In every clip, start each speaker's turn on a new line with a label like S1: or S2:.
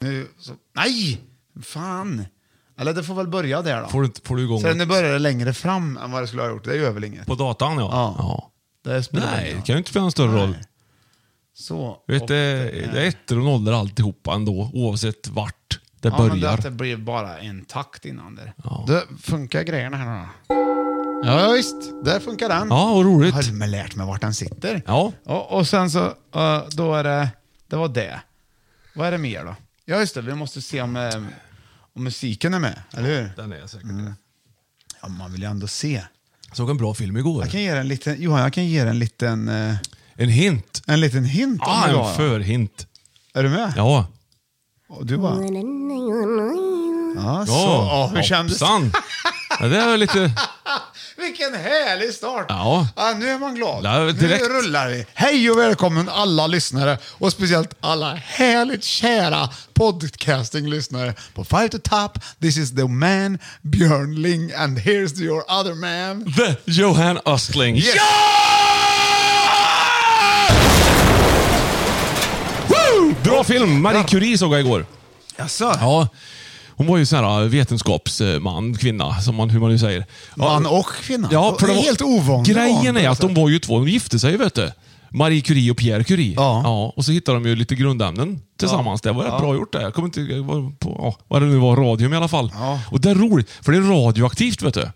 S1: Nu, så, nej! Fan! Eller det får väl börja där då.
S2: Får du, får du igång
S1: Sen nu
S2: ett-
S1: börjar det längre fram än vad det skulle ha gjort. Det gör väl inget.
S2: på datan? Ja.
S1: Ja.
S2: ja.
S1: Det spelar
S2: Nej,
S1: ingen
S2: det
S1: roll.
S2: kan ju inte spela någon större roll.
S1: Så.
S2: Du vet,
S1: och-
S2: det, det är ettor och nollor alltihopa ändå, oavsett vart det
S1: ja, men det,
S2: börjar.
S1: att det blir bara en takt innan där. Det funkar grejerna här då? Ja, visst. Där funkar den.
S2: Ja, vad
S1: Jag
S2: roligt.
S1: har med lärt mig vart den sitter.
S2: Ja.
S1: Och, och sen så, eh, då är det, det var det. Vad är det mer då? Ja, just det. Vi måste se om, eh, om musiken är med, eller hur?
S2: Den är säkert
S1: Ja, man vill ju ändå se.
S2: Jag Mm. såg en bra film igår.
S1: Jag kan ge dig en liten, Johan, jag kan ge dig en liten, eh,
S2: En hint.
S1: en liten hint. om
S2: Ah,
S1: det var.
S2: en förhint.
S1: Är du med?
S2: Ja.
S1: Och du bara... Ja, så. Ja, hur kändes det?
S2: hoppsan. Ja, det var lite...
S1: Vilken härlig start!
S2: Ja.
S1: nu är man glad.
S2: Ja, direkt.
S1: Nu rullar vi. Hej och välkommen alla lyssnare och speciellt alla härligt kära podcasting-lyssnare på Five to Top. This is the man Björn Ling and here's to your other man.
S2: The Johan Östling.
S1: Yes.
S2: Ja! Woo! Bra film! Marie Curie såg jag igår.
S1: Jaså?
S2: Ja. Hon var ju sån här eh, vetenskapsman, kvinna, som man, hur man nu säger. Ja.
S1: Man och kvinna.
S2: Ja, för
S1: det är
S2: de-
S1: helt ovanligt.
S2: Grejen är att de var ju två, de gifte sig vet du. Marie Curie och Pierre Curie.
S1: Ja.
S2: och så hittade de ju lite grundämnen tillsammans. Det var rätt bra gjort det. Jag kommer inte jag var på, ja, vad det nu var, radium i alla fall.
S1: Ja.
S2: Och det är roligt, för det är radioaktivt vet du.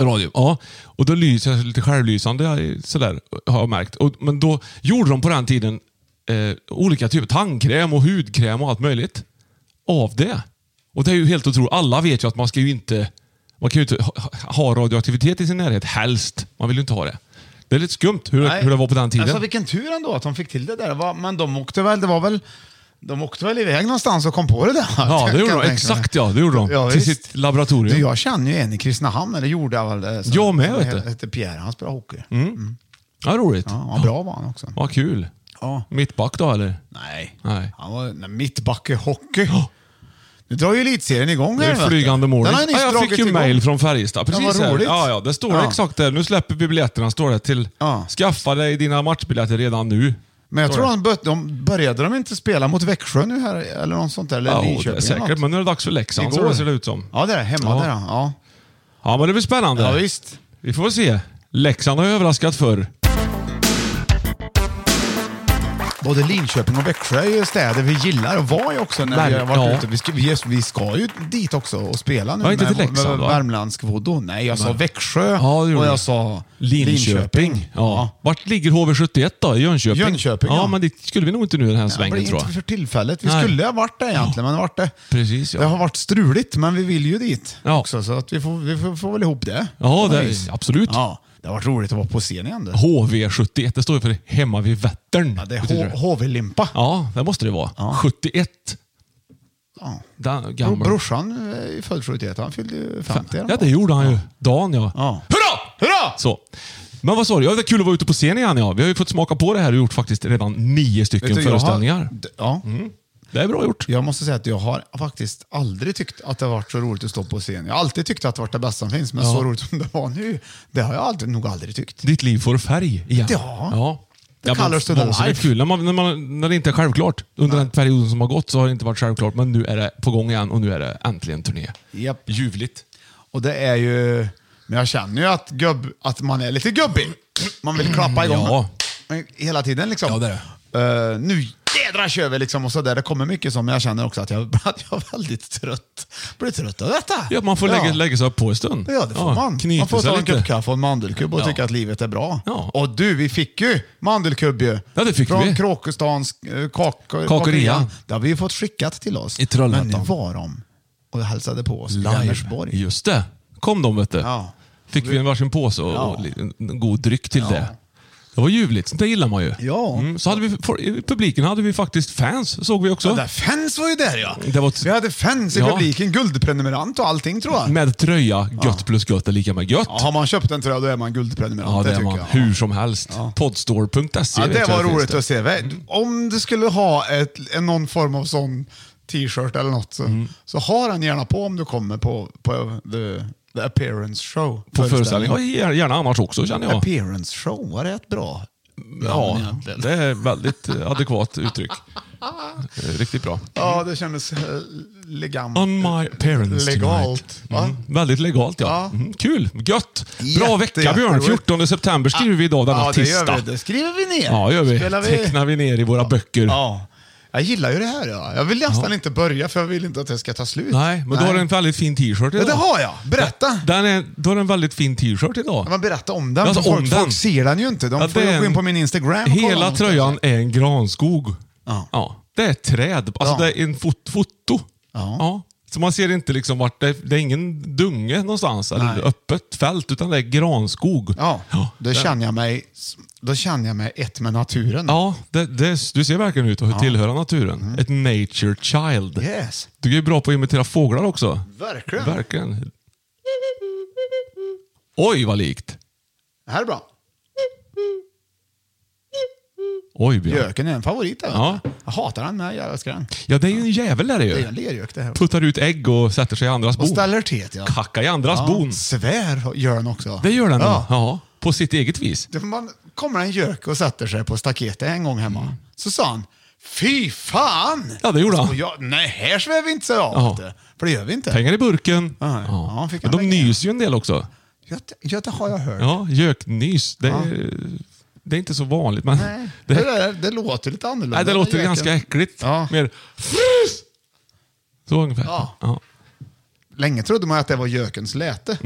S2: Radio. Ja. Och då lyser jag lite självlysande sådär, har jag märkt. Och, men då gjorde de på den tiden eh, olika typer tandkräm och hudkräm och allt möjligt av det. Och det är ju helt otroligt. Alla vet ju att man ska ju inte man kan ju inte ha- ha radioaktivitet i sin närhet, helst. Man vill ju inte ha det. Det är lite skumt hur,
S1: Nej.
S2: hur det var på den tiden.
S1: Alltså vilken tur ändå att de fick till det där. Det var- Men de åkte väl, det var väl, de åkte väl iväg någonstans och kom på det där.
S2: ja,
S1: Kan
S2: det
S1: jag
S2: gjorde de.
S1: tänka mig.
S2: Exakt ja, det gjorde de. Till
S1: visst.
S2: sitt laboratorium.
S1: Du, jag känner ju en i Kristinehamn, eller gjorde jag väl det. som-
S2: Jag med,
S1: som
S2: vet
S1: he-
S2: du. Mm.
S1: Hette Pierre, han spelar hockey.
S2: Ja, roligt.
S1: Ja, han bra var han också.
S2: Vad kul.
S1: Ja.
S2: Mittback då, eller?
S1: Nej.
S2: Nej.
S1: Han var nej, mittback i hockey. Nu drar ju elitserien igång
S2: Det
S1: här. vet
S2: är
S1: du.
S2: flygande mål.
S1: Den har ju nyss
S2: ja, jag fick
S1: dragit
S2: ju
S1: igång.
S2: mail från Färjestad. Precis
S1: vad
S2: här.
S1: roligt.
S2: Ja, ja, det står
S1: Ja.
S2: exakt där. Nu släpper vi biljetterna, står det. Till,
S1: Ja.
S2: Skaffa dig dina matchbiljetter redan nu.
S1: Men jag
S2: Står
S1: tror
S2: det.
S1: de, bör, de började de inte spela mot Växjö nu här, eller något sånt där, eller
S2: Ja,
S1: Linköping
S2: det är
S1: eller
S2: säkert.
S1: något.
S2: Men nu är det dags för Leksand,
S1: Igår.
S2: så det ser det ut som.
S1: Ja, det är hemma
S2: Ja.
S1: där. Ja.
S2: Ja, men det blir spännande.
S1: ja, visst.
S2: Vi får väl se. Leksand har ju överraskat förr.
S1: Både Linköping och Växjö är ju städer vi gillar och var ju också när vi
S2: Verk-
S1: har varit
S2: ja.
S1: ute. Vi ska, vi, vi ska ju dit också och spela nu
S2: Ja, inte
S1: med,
S2: till Leksand,
S1: med
S2: va?
S1: värmländsk voodoo. Nej, jag sa
S2: Nej.
S1: Växjö
S2: Ja, det gjorde
S1: och
S2: du.
S1: jag sa
S2: Linköping. Ja. Vart ligger HV71 då? I Jönköping?
S1: Jönköping,
S2: ja.
S1: ja.
S2: men det skulle vi nog inte nu den här
S1: Ja,
S2: svängen
S1: men
S2: tror
S1: inte
S2: jag.
S1: för tillfället. Vi
S2: Nej.
S1: skulle ha varit där egentligen, men vart det,
S2: Precis, ja.
S1: det har varit struligt. Men vi vill ju dit
S2: Ja.
S1: också, så att vi, får, vi får, får väl ihop det.
S2: Ja,
S1: På
S2: det,
S1: något vis.
S2: absolut.
S1: Ja. Det har varit roligt att vara på scen igen. Du.
S2: HV71, det står ju för Hemma vid Vättern.
S1: Ja, det
S2: betyder
S1: är HV-limpa.
S2: Ja, det måste det vara. 71.
S1: Ja.
S2: Den,
S1: Bro-
S2: gammal.
S1: Brorsan eh, är född 71, han fyllde ju 50. eller
S2: Ja,
S1: något.
S2: det gjorde han ju. Dan, ja.
S1: Ja.
S2: Hurra!
S1: Hurra!
S2: Så. Men vad sa du? Ja, det är kul att vara ute på scen igen. Ja. Vi har ju fått smaka på det här och gjort faktiskt redan nio stycken
S1: Vet du, jag har-
S2: föreställningar. Mm.
S1: D- Ja.
S2: Det är bra gjort.
S1: Jag måste säga att jag har faktiskt aldrig tyckt att det har varit så roligt att stå på scen. Jag har alltid tyckt att det har varit det bästa som finns, men så roligt som det var nu, det har jag aldrig, nog aldrig tyckt.
S2: Ditt liv får färg igen.
S1: Ja.
S2: ja.
S1: The colours to the
S2: vansinnigt
S1: life.
S2: kul. När, man, när, man, när det inte är självklart. Under den perioden som har gått så har det inte varit självklart, men nu är det på gång igen och nu är det äntligen turné.
S1: Japp.
S2: Ljuvligt.
S1: Och det är ju... Men jag känner ju att, gubb, att man är lite gubbig. Man vill klappa igång.
S2: Ja.
S1: Men Hela tiden liksom.
S2: Ja, det är det.
S1: Eh, nu jädrar kör vi liksom och så där. Det kommer mycket som men jag känner också att jag, att jag är väldigt trött. Blir trött av detta.
S2: Ja, man får lägga, lägga sig upp på en stund.
S1: Ja, det får man. Man
S2: Knyta
S1: får
S2: sig
S1: ta en
S2: lite.
S1: kopp kaffe och en mandelkubb och
S2: Ja.
S1: tycka att livet är bra.
S2: Ja.
S1: Och du, vi fick ju mandelkubb ju.
S2: Ja, det fick
S1: Från
S2: vi.
S1: Kråkestans eh, kak,
S2: Kakeria.
S1: Det har vi ju fått skickat till oss.
S2: I Trollhättan.
S1: Men nu var de och hälsade på oss i
S2: Live.
S1: Vänersborg.
S2: Just det. Kom de, vet du.
S1: Ja.
S2: Fick vi en varsin påse och,
S1: Ja.
S2: och li- en god dryck till det. Det var ljuvligt. Sånt där gillar man ju. Mm,
S1: Ja.
S2: så hade vi, for, I publiken hade vi faktiskt fans, såg vi
S1: Ja,
S2: också.
S1: där fans var ju där ja.
S2: Det var ett-
S1: Vi hade fans i
S2: Ja.
S1: publiken, guldprenumerant och allting tror jag.
S2: Med tröja, gött plus gött är lika med gött.
S1: Ja, har man köpt en tröja då är man guldprenumerant.
S2: Ja, det är
S1: tycker
S2: man.
S1: jag.
S2: Hur som helst. Podstore.se.
S1: Ja, det
S2: vet jag
S1: var
S2: finns
S1: roligt
S2: det.
S1: att se.
S2: Mm.
S1: Vä- Om du skulle ha ett, en- någon form av sån t-shirt eller något så,
S2: Mm.
S1: så ha den gärna på om du kommer på, på the, the appearance show.
S2: På föreställningen. Ja, gär- gärna annars också känner jag.
S1: Appearance show, var det ett bra namn
S2: Ja,
S1: egentligen?
S2: det är väldigt eh, adekvat uttryck. Eh, Riktigt bra.
S1: Ja, det kändes eh, legant.
S2: On my parents
S1: Legalt,
S2: tonight.
S1: va?
S2: Mm. Väldigt legalt ja.
S1: Ja.
S2: Mm. Kul, gött. Bra
S1: Jätte-
S2: vecka Björn.
S1: jätteroligt.
S2: 14 september skriver vi idag denna
S1: ja, det
S2: tisdag.
S1: gör vi. Det skriver vi ner.
S2: Ja, gör vi.
S1: Spelar
S2: Tecknar vi ner i våra böcker.
S1: Ja. Jag gillar ju det här. Ja. Jag vill nästan inte börja för jag vill inte att det ska ta slut.
S2: Nej, men du har en väldigt fin t-shirt idag.
S1: Ja, det har jag. Berätta.
S2: Den är, du har en väldigt fin t-shirt idag.
S1: Ja, Men berätta om den.
S2: Alltså,
S1: för folk,
S2: om den.
S1: folk ser den ju inte. De
S2: Ja,
S1: får
S2: det är
S1: ju gå in
S2: en-
S1: på min Instagram och kolla
S2: Hela
S1: någonstans.
S2: tröjan är en granskog.
S1: Ja.
S2: Det är ett träd. Alltså
S1: Ja.
S2: det är en fot, foto.
S1: Ja.
S2: Så man ser inte liksom vart, det är, det är ingen dunge någonstans eller
S1: Nej.
S2: öppet fält, utan det är granskog.
S1: Ja, då
S2: det-
S1: känner jag mig då känner jag mig ett med naturen.
S2: Ja, det, det, du ser verkligen ut att tillhöra naturen.
S1: Mm.
S2: Ett nature child.
S1: Yes.
S2: Du är ju bra på att imitera fåglar också.
S1: Verkligen.
S2: Verkligen. Oj, vad likt.
S1: Det här är bra.
S2: Oj, Björn.
S1: Göken är en favorit. Där,
S2: Ja.
S1: Jag hatar den, men jag älskar den.
S2: Ja, det är ju en jävel där det
S1: Det är
S2: ju.
S1: en lergök det här.
S2: Puttar ut ägg och sätter sig i andras
S1: Och
S2: bon.
S1: ställer till ja.
S2: Kackar i andras bon.
S1: Svär gör den också.
S2: Det gör den ja.
S1: Ja.
S2: ja. På sitt eget vis.
S1: Det- Man kommer en gök och sätter sig på staketet en gång hemma. Så sa han, fy fan!
S2: Mm. Ja, det gjorde han.
S1: Och jag, Nej, här svär vi inte så av.
S2: Ja.
S1: vet du. För det gör vi inte.
S2: Pengar i burken.
S1: Ja, ja, fick
S2: Men
S1: han
S2: de
S1: pengar.
S2: nys ju en del också.
S1: Ja, det- ja, det har jag hört.
S2: Ja, göknys. Det är, det är inte så vanligt. Men
S1: Nej,
S2: det,
S1: det, där, det låter lite annorlunda.
S2: nej, det
S1: Den
S2: låter
S1: göken.
S2: ganska äckligt.
S1: Ja.
S2: Mer frys! Så ungefär.
S1: Ja.
S2: Ja.
S1: Länge trodde man att det var gökens läte.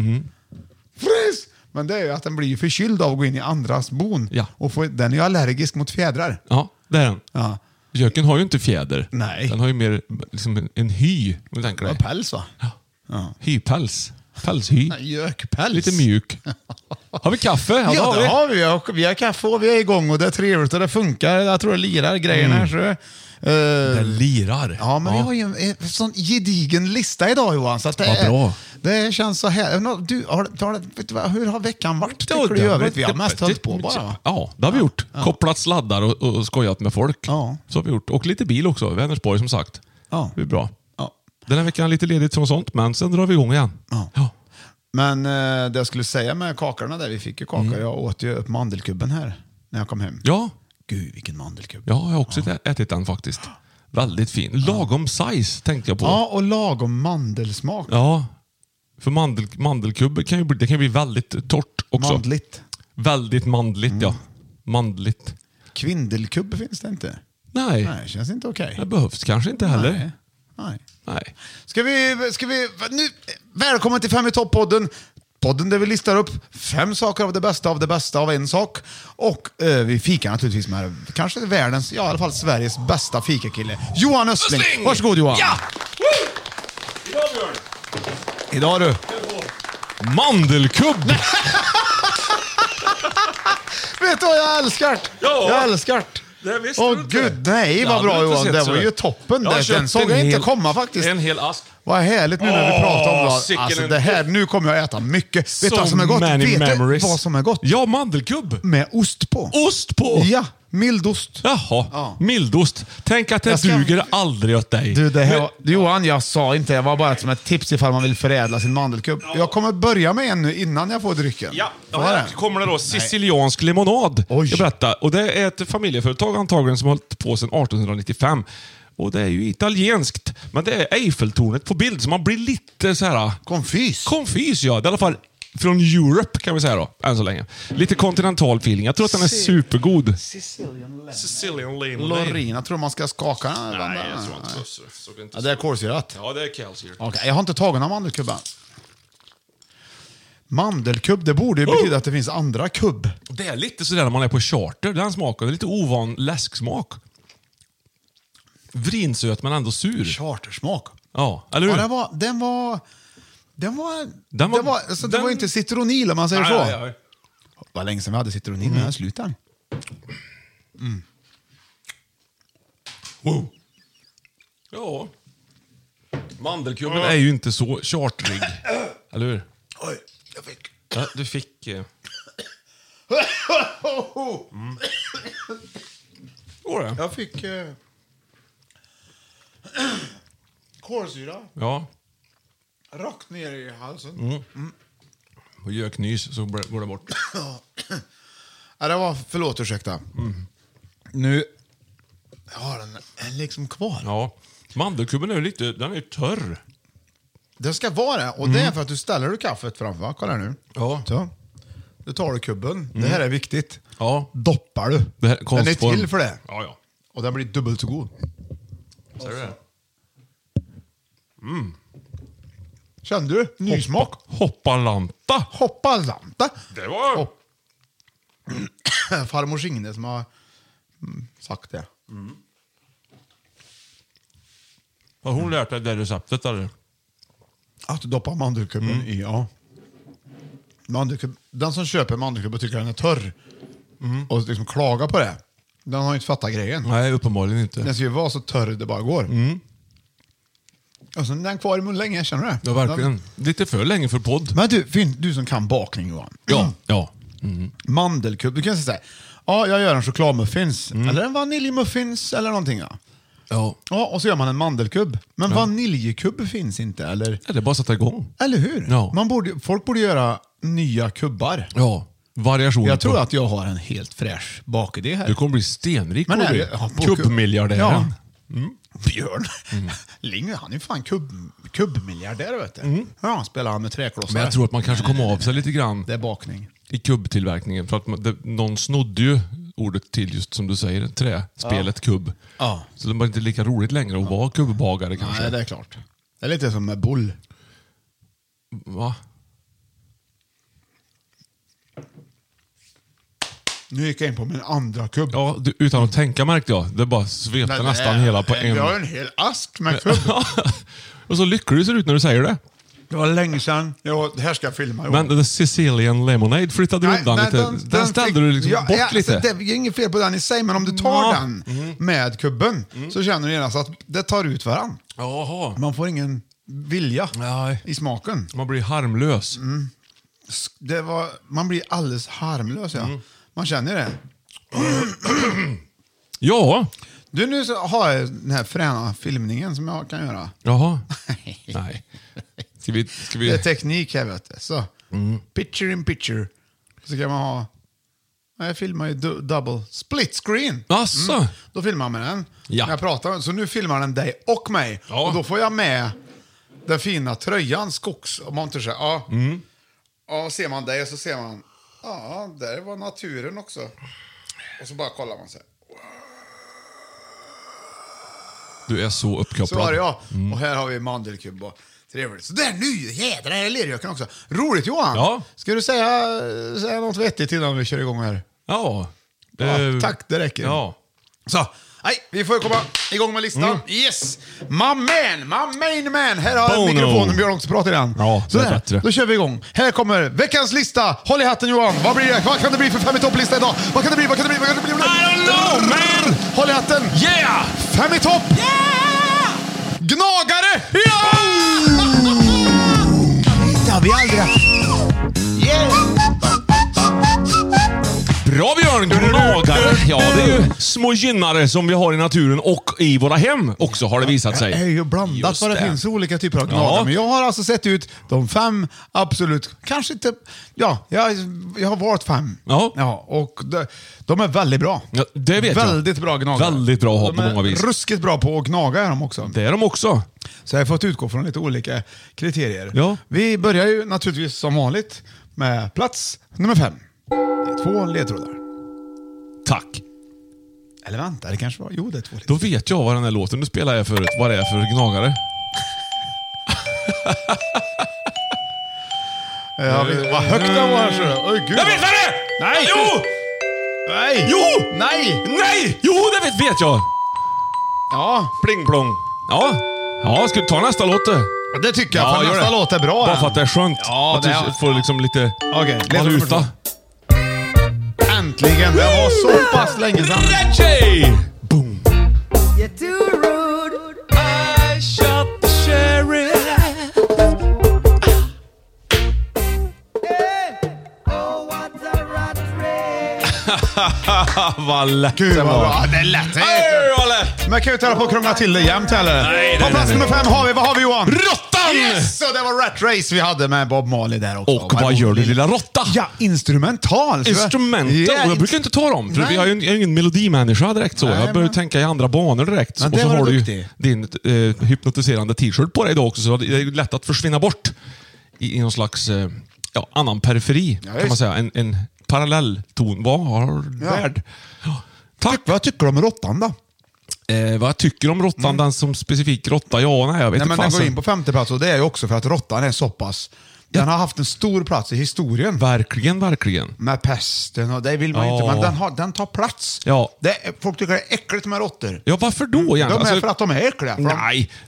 S1: Frys! Men det är ju att den blir ju förkyld av att gå in i andras bon.
S2: Ja.
S1: Och få, den är ju allergisk mot fjädrar.
S2: Ja, det är den.
S1: Ja.
S2: Göken har ju inte fjäder.
S1: Nej.
S2: Den har ju mer liksom en, en hy, om du tänker
S1: Det var
S2: dig.
S1: päls va? Ja.
S2: Hypäls. Pälshy.
S1: Nej, Gökpäls.
S2: Lite mjuk. Har vi kaffe?
S1: Ja,
S2: det
S1: det har vi. Och Vi har kaffe och vi är igång och det är trevligt och det funkar. Jag tror det lirar grejerna här. Så, eh,
S2: Den lirar.
S1: Mm. Ja, men vi har ju en, en sån gedigen lista idag Johan. Så att det,
S2: Vad
S1: är-
S2: bra.
S1: det känns så här. Nå, Du, har, har, vet du vad, hur har veckan varit tycker du i
S2: det-
S1: övrigt? Vi har
S2: det-
S1: mest
S2: det-
S1: hållit på bara. va?
S2: Ja, det har vi gjort. Kopplat sladdar och, och skojat med folk.
S1: Ja.
S2: Så har vi gjort. Och lite bil också. Vänersborg som sagt.
S1: Ja.
S2: Det är bra.
S1: Ja.
S2: Den här veckan är lite ledigt från sånt, men sen drar vi igång igen.
S1: Ja. Men eh, det jag skulle säga med kakorna där, vi fick ju kakor. Jag åt ju upp mandelkubben här när jag kom hem.
S2: Mm. Ja,
S1: Gud vilken mandelkubb.
S2: ja jag har också ätit den faktiskt. Väldigt fin. Lagom size tänkte jag på.
S1: Ja, och lagom mandelsmak.
S2: Ja. För mandel, mandelkubbe kan ju bli, det kan ju bli väldigt torrt också.
S1: Mandligt. Mm.
S2: Väldigt mandligt, ja. Mandligt.
S1: Kvindelkubb finns det inte.
S2: Nej.
S1: Nej, det känns inte okej.
S2: det behövs kanske inte heller.
S1: Nej. Nej.
S2: Nej.
S1: Ska vi, ska vi, nu, välkommen till Fem i topp-podden. Podden där vi listar upp fem saker av det bästa av det bästa av en sak. Och eh, vi fikar naturligtvis med kanske världens, ja i alla fall Sveriges bästa fikakille. Johan Östling.
S2: Östling!
S1: Varsågod Johan.
S2: Ja!
S1: Idag du.
S2: Mandelkubb!
S1: Vet du vad jag älskar? det?
S2: Ja.
S1: Jag älskar det.
S2: Det visste
S1: Åh
S2: du inte.
S1: gud, nej
S2: Det
S1: vad
S2: hade
S1: bra
S2: du inte
S1: Johan.
S2: sett,
S1: Det
S2: så.
S1: var ju toppen.
S2: Jag har
S1: där. Den
S2: köpt
S1: såg
S2: en
S1: jag inte
S2: hel-
S1: komma faktiskt.
S2: En hel ask.
S1: Vad härligt nu när vi
S2: Åh,
S1: pratar om det.
S2: sicken
S1: Alltså
S2: en-
S1: det här, nu kommer jag äta mycket. Vet du vad som är gott?
S2: many
S1: Vet
S2: memories.
S1: du vad som är gott?
S2: Ja, mandelkubb.
S1: Med ost på.
S2: Ost på!
S1: Ja, mildost.
S2: Jaha,
S1: Ja.
S2: mildost. Tänk att det
S1: Jag ska-
S2: duger aldrig åt dig.
S1: Du, det här var, Johan, jag sa inte. Det var bara som ett tips ifall man vill förädla sin mandelkubb. Jag kommer börja med en nu innan jag får drycken.
S2: Ja,
S1: Får
S2: och
S1: jag
S2: här
S1: den?
S2: kommer det då siciliansk lemonad.
S1: Oj.
S2: Jag berättar. Och det är ett familjeföretag antagligen som har hållit på sedan 1895. Och det är ju italienskt, men det är Eiffeltornet på bild, så man blir lite så här...
S1: Konfys.
S2: Konfys, ja. Det är i alla fall från Europe, kan vi säga då, än så länge. Lite kontinental feeling. Jag tror att den är supergod. Sicilian lemonade.
S1: Lorina, tror du man ska skaka den? här?
S2: Nej, jag tror inte så. Såg inte
S1: Ja, det är kolsyrat.
S2: Ja, det är kalcium.
S1: Okej, jag har inte tagit någon mandelkubb än. Mandelkubb, det borde ju betyda att det finns andra kubb.
S2: Det är lite sådär när man är på charter, den smaken. Det är lite ovan läsksmak. Vrinsöt men ändå sur.
S1: Chartersmak.
S2: Ja, eller
S1: Ja,
S2: hur?
S1: den var... Den var... Den var... Den
S2: Den
S1: var,
S2: var-
S1: alltså, det
S2: den-
S1: var inte citronil om man säger
S2: Nej,
S1: så.
S2: nej, nej.
S1: Vad länge sedan vi hade citronil när den slutade.
S2: Wow. Ja. Mandelkubben är ju inte så chartrig. eller hur?
S1: Oj, jag fick...
S2: Ja, du fick... Eh... Går det?
S1: Jag fick... Eh, kolsyra
S2: Ja.
S1: rakt ner i halsen.
S2: Och göknys så blir- går det bort.
S1: Ja, det var, förlåt, ursäkta. Nu... Jag har den den liksom kvar.
S2: Ja. Mandelkubben är ju lite... Den är ju törr.
S1: Det ska vara det. Och det är för att du ställer du kaffet framför. va? Kolla här nu.
S2: Mm. Ja. Mm.
S1: Så. Du tar du kubben. Det här är viktigt.
S2: Ja.
S1: Doppar du.
S2: Det här,
S1: den är
S2: konstform.
S1: till för det.
S2: Ja, ja.
S1: Och den blir dubbelt så god.
S2: Ser du det?
S1: Kände du? Nysmak.
S2: Hoppalanta.
S1: Hoppa lanta.
S2: Det var...
S1: Hopp. eh, Farmor Signe som har mm, sagt det.
S2: Har hon lärt dig det receptet eller?
S1: Att du doppar mandelkubben
S2: Mm.
S1: i, ja. Mandelkub, den som köper mandelkubb och tycker den är törr
S2: Mm.
S1: och liksom klagar på det, den har ju inte fattat grejen.
S2: Nej, uppenbarligen inte.
S1: Den ska ju vara så törr det bara går.
S2: Mm.
S1: Och sen är den kvar i munnen länge, känner du det?
S2: Ja, verkligen. Lite för länge för podd.
S1: Men du, Finn, du som kan bakning Johan.
S2: Ja. Ja.
S1: Mandelkubb, du kan säga så här. Ja, jag gör en chokladmuffins,
S2: Mm.
S1: eller en vaniljmuffins eller någonting. Ja.
S2: ja.
S1: ja, och så gör man en mandelkubb. Men vaniljkubb finns inte, eller?
S2: Det är bara att sätta igång.
S1: Eller hur?
S2: Ja.
S1: Man borde, folk borde göra nya kubbar.
S2: Ja. Variationer.
S1: Jag tror
S2: på-
S1: att jag har en helt fräsch bakidé här.
S2: Du kommer bli stenrik.
S1: Men
S2: kommer
S1: är
S2: du.
S1: det- ja, på kubb-
S2: Kubbmiljardären.
S1: Ja. Björn.
S2: Mm.
S1: Ling, han är ju fan kubb, kubbmiljardär vet du. Ja, spelar han med träklossar.
S2: Mm. Men jag tror att man kanske kom av sig lite grann
S1: Det är bakning.
S2: i kubbtillverkningen. För att man, det, någon snodde ju ordet till just som du säger, träspelet kubb.
S1: Ja.
S2: Så det var inte lika roligt längre att vara kubbbagare kanske.
S1: Nej, det är klart. Det är lite som med bull.
S2: Va?
S1: Nu gick jag in på min andra kubb.
S2: Ja, du, utan att tänka märkte jag. Det bara svepte
S1: Nej, det
S2: nästan
S1: är-
S2: hela på en...
S1: Vi har en hel ask med kubb.
S2: och så lycklig du ser ut när du säger det.
S1: Det var länge sedan. Ja, det här ska jag filma.
S2: Men the Sicilian Lemonade flyttade du undan lite. Den, ställde du liksom
S1: ja,
S2: bort
S1: ja,
S2: lite.
S1: Det är inget fel på den i sig, men om du tar
S2: Ja. Mm.
S1: den med kubben så känner du genast att det tar ut varann.
S2: Jaha.
S1: Man får ingen vilja
S2: Nej.
S1: i smaken.
S2: Man blir harmlös.
S1: Mm. Det var, man blir alldeles harmlös. Ja.
S2: Mm.
S1: Man känner det.
S2: Ja.
S1: Du, nu så har jag den här fräna filmningen som jag kan göra.
S2: Jaha. Nej. Ska vi... Ska
S1: Det är
S2: vi...
S1: teknik här, vet du. Så.
S2: Mm.
S1: Picture in picture. Så kan man ha... Nej, Jag filmar ju du- double split screen.
S2: Asså?
S1: Då filmar man den.
S2: Ja.
S1: När jag pratar, så nu filmar den dig och mig.
S2: Ja.
S1: Och då får jag med den fina tröjan, skogsmontage. Ja.
S2: Mm.
S1: ja, ser man dig så ser man... Ja, där var naturen också. Och så bara kollar man sig.
S2: Du är så
S1: Så var
S2: uppkopplad.
S1: det jag.
S2: Mm.
S1: Och här har vi mandelkubb och trevligt. Så där nu, jädrar, här är lergöken också. Roligt Johan!
S2: Ja.
S1: Ska du säga, säga något vettigt innan vi kör igång här?
S2: Ja.
S1: Ja,
S2: Eh,
S1: tack, det räcker.
S2: Ja. Mm.
S1: Så, Nej, vi får komma igång med listan. Yes! My man, my main man. Här har
S2: Bono.
S1: mikrofonen Björn också pratat i den.
S2: Ja, det är
S1: Sådär,
S2: bättre.
S1: Då kör vi igång. Här kommer veckans lista. Håll i hatten Johan. Vad blir det? Vad kan det bli för fem i topplista idag? Vad kan det bli? Vad kan det bli? Vad kan det bli? I
S2: don't know, man.
S1: Håll i hatten.
S2: Yeah!
S1: Fem i topp! Gnagare! Ja! Det har vi aldrig haft.
S2: Bra Björn! Gnagare! Ja, det är ju små gynnare som vi har i naturen och i våra hem också har det visat
S1: Det är
S2: sig.
S1: ju blandat
S2: Just
S1: vad det,
S2: det.
S1: finns olika typer av gnagare.
S2: Ja.
S1: Men jag har alltså sett ut de fem absolut, kanske inte... Ja, jag, jag har varit fem.
S2: Ja.
S1: och de, de är väldigt bra.
S2: Ja, det vet jag.
S1: Väldigt bra gnagare.
S2: Väldigt bra att ha på
S1: de är
S2: många vis.
S1: ruskigt bra på att gnaga är de också.
S2: Det är de också.
S1: Så jag har fått utgå från lite olika kriterier.
S2: Ja.
S1: Vi börjar ju naturligtvis som vanligt med plats nummer fem. Det är två ledtrådar.
S2: Tack.
S1: Eller vänta, det kanske var... Jo, det är två ledtrådar.
S2: Då vet jag vad den här låten du spelade är förut, vad det är för gnagare.
S1: Ja, vi- vad högt den var här ser du. Oj, gud.
S2: Jag vet vad det är!
S1: Nej!
S2: Jo!
S1: Nej!
S2: Jo!
S1: Nej!
S2: Nej! Jo, det vet, vet jag!
S1: Ja,
S2: Pling plong. Ja. Ja, ska du ta nästa låt då?
S1: det tycker jag. för
S2: gör
S1: nästa
S2: det.
S1: låt är bra.
S2: Bara
S1: den.
S2: för att det är skönt.
S1: Ja,
S2: att du
S1: det-
S2: får liksom lite
S1: Okej, ledtråd nummer
S2: valuta.
S1: Äntligen! Det var så pass länge sedan.
S2: Reggie! Boom! Vad lätt
S1: Gud
S2: det
S1: vad bra.
S2: var.
S1: Det lät
S2: Ej,
S1: det.
S2: vad lätt!
S1: Men jag kan ju inte hålla på och krångla till det jämt heller.
S2: nej,
S1: på
S2: nej,
S1: plats
S2: nej.
S1: nummer fem har vi, vad har vi Johan?
S2: Råttan!
S1: Yes! Och det var Rat Race vi hade med Bob Marley där också.
S2: Och vad gör du lilla råtta?
S1: Ja, instrumental. Så-
S2: Instrumenten.
S1: Ja,
S2: och jag brukar inte ta dem, för
S1: Nej.
S2: vi har ju en, jag är ingen melodimänniska direkt så.
S1: Nej,
S2: jag börjar
S1: men-
S2: tänka i andra banor direkt.
S1: Men
S2: och
S1: det
S2: så
S1: var
S2: har
S1: du
S2: du ju
S1: duktig.
S2: din eh, hypnotiserande t-shirt på dig idag också, så det är ju lätt att försvinna bort i, i någon slags eh, ja, annan periferi, kan man
S1: visst.
S2: säga. En, en parallell ton. Vad har värld? Ja. Tack!
S1: Vad tycker du om råttan då?
S2: Eh, vad jag tycker om råttan, den som specifik råtta? Ja, nej, jag vet
S1: Mm. Nej, men
S2: inte
S1: den går
S2: fasen.
S1: in på femte plats och det är ju också för att råttan är så pass... Den har haft en stor plats i historien.
S2: Verkligen, verkligen.
S1: Med pesten och det vill man ju inte,
S2: Ja.
S1: men den, har, den tar plats.
S2: Ja.
S1: Det, är- folk tycker det är äckligt med råttor.
S2: Ja, varför då egentligen?
S1: Mm. De är
S2: Alltså-
S1: för att de är äckliga. För de-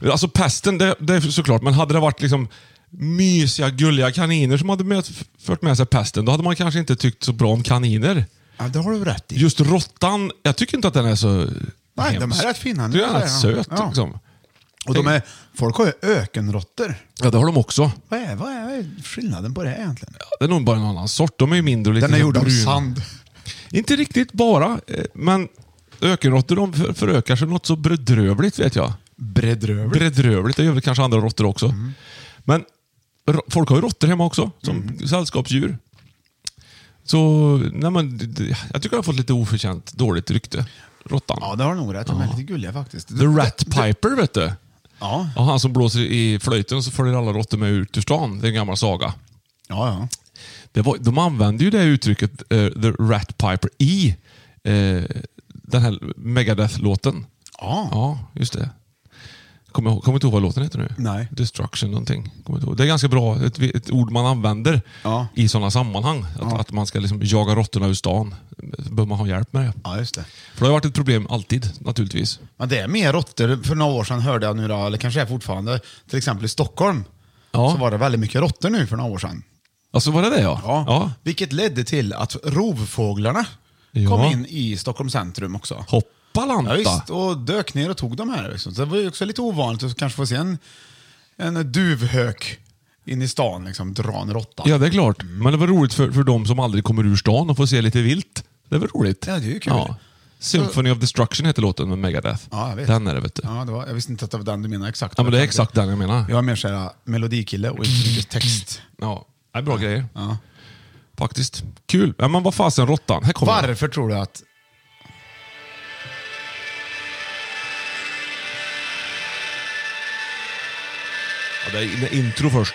S2: Nej, alltså pesten, det, det är såklart. Men hade det varit liksom mysiga, gulliga kaniner som hade med, fört med sig pesten, då hade man kanske inte tyckt så bra om kaniner.
S1: Ja, det har du rätt i.
S2: Just råttan, jag tycker inte att den är så
S1: Nej, de
S2: hemsk.
S1: här är rätt fina.
S2: Du är
S1: Ja, ja.
S2: rätt söt
S1: Ja.
S2: liksom.
S1: Och de är, folk har ju ökenråttor.
S2: Ja, det har de också.
S1: Vad är, vad, är, vad är skillnaden på det här egentligen?
S2: Ja, Det är nog bara en annan sort. De är ju mindre och lite
S1: Den är gjord av
S2: brun.
S1: sand.
S2: Inte riktigt bara, eh, men ökenråttor de för- förökar sig något så bedrövligt vet jag.
S1: Bredrövlig.
S2: bedrövligt. Det gör väl kanske andra råttor också. Men r- folk har ju råttor hemma också, som sällskapsdjur. Så nej men, d- d- jag tycker jag har fått lite oförtjänt dåligt rykte. Råttan.
S1: Ja, det har du nog rätt. De är lite gulliga faktiskt.
S2: The Rat Piper, vet du.
S1: Ja,
S2: Ja, han som blåser i flöjten så följer alla råttor med ut ur stan. Det är en gammal saga.
S1: ja. ja.
S2: Det var, de använde ju det uttrycket, eh, The Rat Piper, i eh, den här Megadeth-låten.
S1: Ja.
S2: Ja, just det. Kommer ihåg- kommer inte ihåg vad låten heter nu.
S1: Nej.
S2: Destruction någonting. Kommer inte ihåg. Det är ganska bra, ett, ett ord man använder
S1: Ja.
S2: i sådana sammanhang. Att, att man ska liksom jaga råttorna ur stan. Behöver man ha hjälp med det.
S1: ja, just det.
S2: För det har varit ett problem alltid, naturligtvis.
S1: Men det är mer råttor. För några år sedan hörde jag nu, då, eller kanske är fortfarande, till exempel i Stockholm,
S2: Ja.
S1: så var det väldigt mycket råttor nu för några år sedan.
S2: Alltså var det det ja?
S1: Ja, Vilket ledde till att rovfåglarna
S2: Ja.
S1: kom in i Stockholms centrum också. Ja,
S2: Hoppalanta.
S1: visst, och dök ner och tog de här. Liksom. Så det var ju också lite ovanligt att kanske få se en, en duvhök in i stan liksom, dra en råtta.
S2: Ja, det är klart. Men det var roligt för, för de som aldrig kommer ur stan och får se lite vilt. Det var roligt.
S1: Ja, det är ju kul.
S2: Symphony of Destruction heter låten med Megadeth.
S1: Ja, jag vet.
S2: Den är det, vet du. Ja,
S1: Ja, det var, jag visste inte att det var den du menade exakt.
S2: men det är exakt den jag menar.
S1: Jag är mer såhär melodikille och inte så mycket text.
S2: Ja, det är bra grejer. Faktiskt. Kul. Ja, men vad fasen, råttan. Här kommer den.
S1: Varför tror du att...
S2: Ja, det är in- intro först.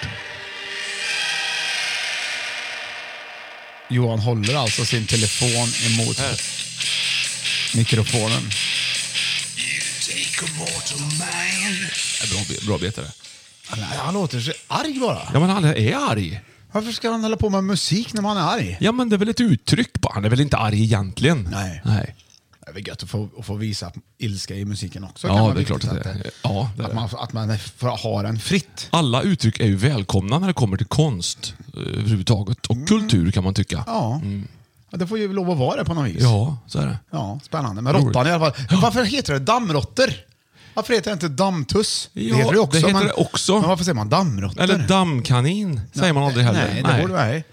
S1: Johan håller alltså sin telefon emot mikrofonen?
S2: Det är Bra, be- bra betare.
S1: Han, han låter så arg bara.
S2: Ja, men han är arg.
S1: Varför ska han hålla på med musik när man är arg?
S2: Ja, men det är väl ett uttryck bara. Han är väl inte arg egentligen?
S1: Nej.
S2: Nej.
S1: Jag är väl gött att få, att få visa ilska i musiken också.
S2: Ja,
S1: kan vara
S2: det är klart
S1: viktigt
S2: att det är. Ja, det är
S1: att, man, att man får ha den fritt.
S2: Alla uttryck är ju välkomna när det kommer till konst eh, överhuvudtaget. Och kultur kan man tycka.
S1: Ja. Ja, Det får ju lov att vara det på något vis.
S2: Mm. Ja, så är det.
S1: Ja, spännande. Men råttan i alla fall. Varför heter det dammråttor? Varför heter det inte dammtuss?
S2: Ja,
S1: ju också.
S2: det heter
S1: men,
S2: det också.
S1: Men varför säger man dammråttor?
S2: Eller dammkanin säger man aldrig heller.
S1: Nej, det borde nej.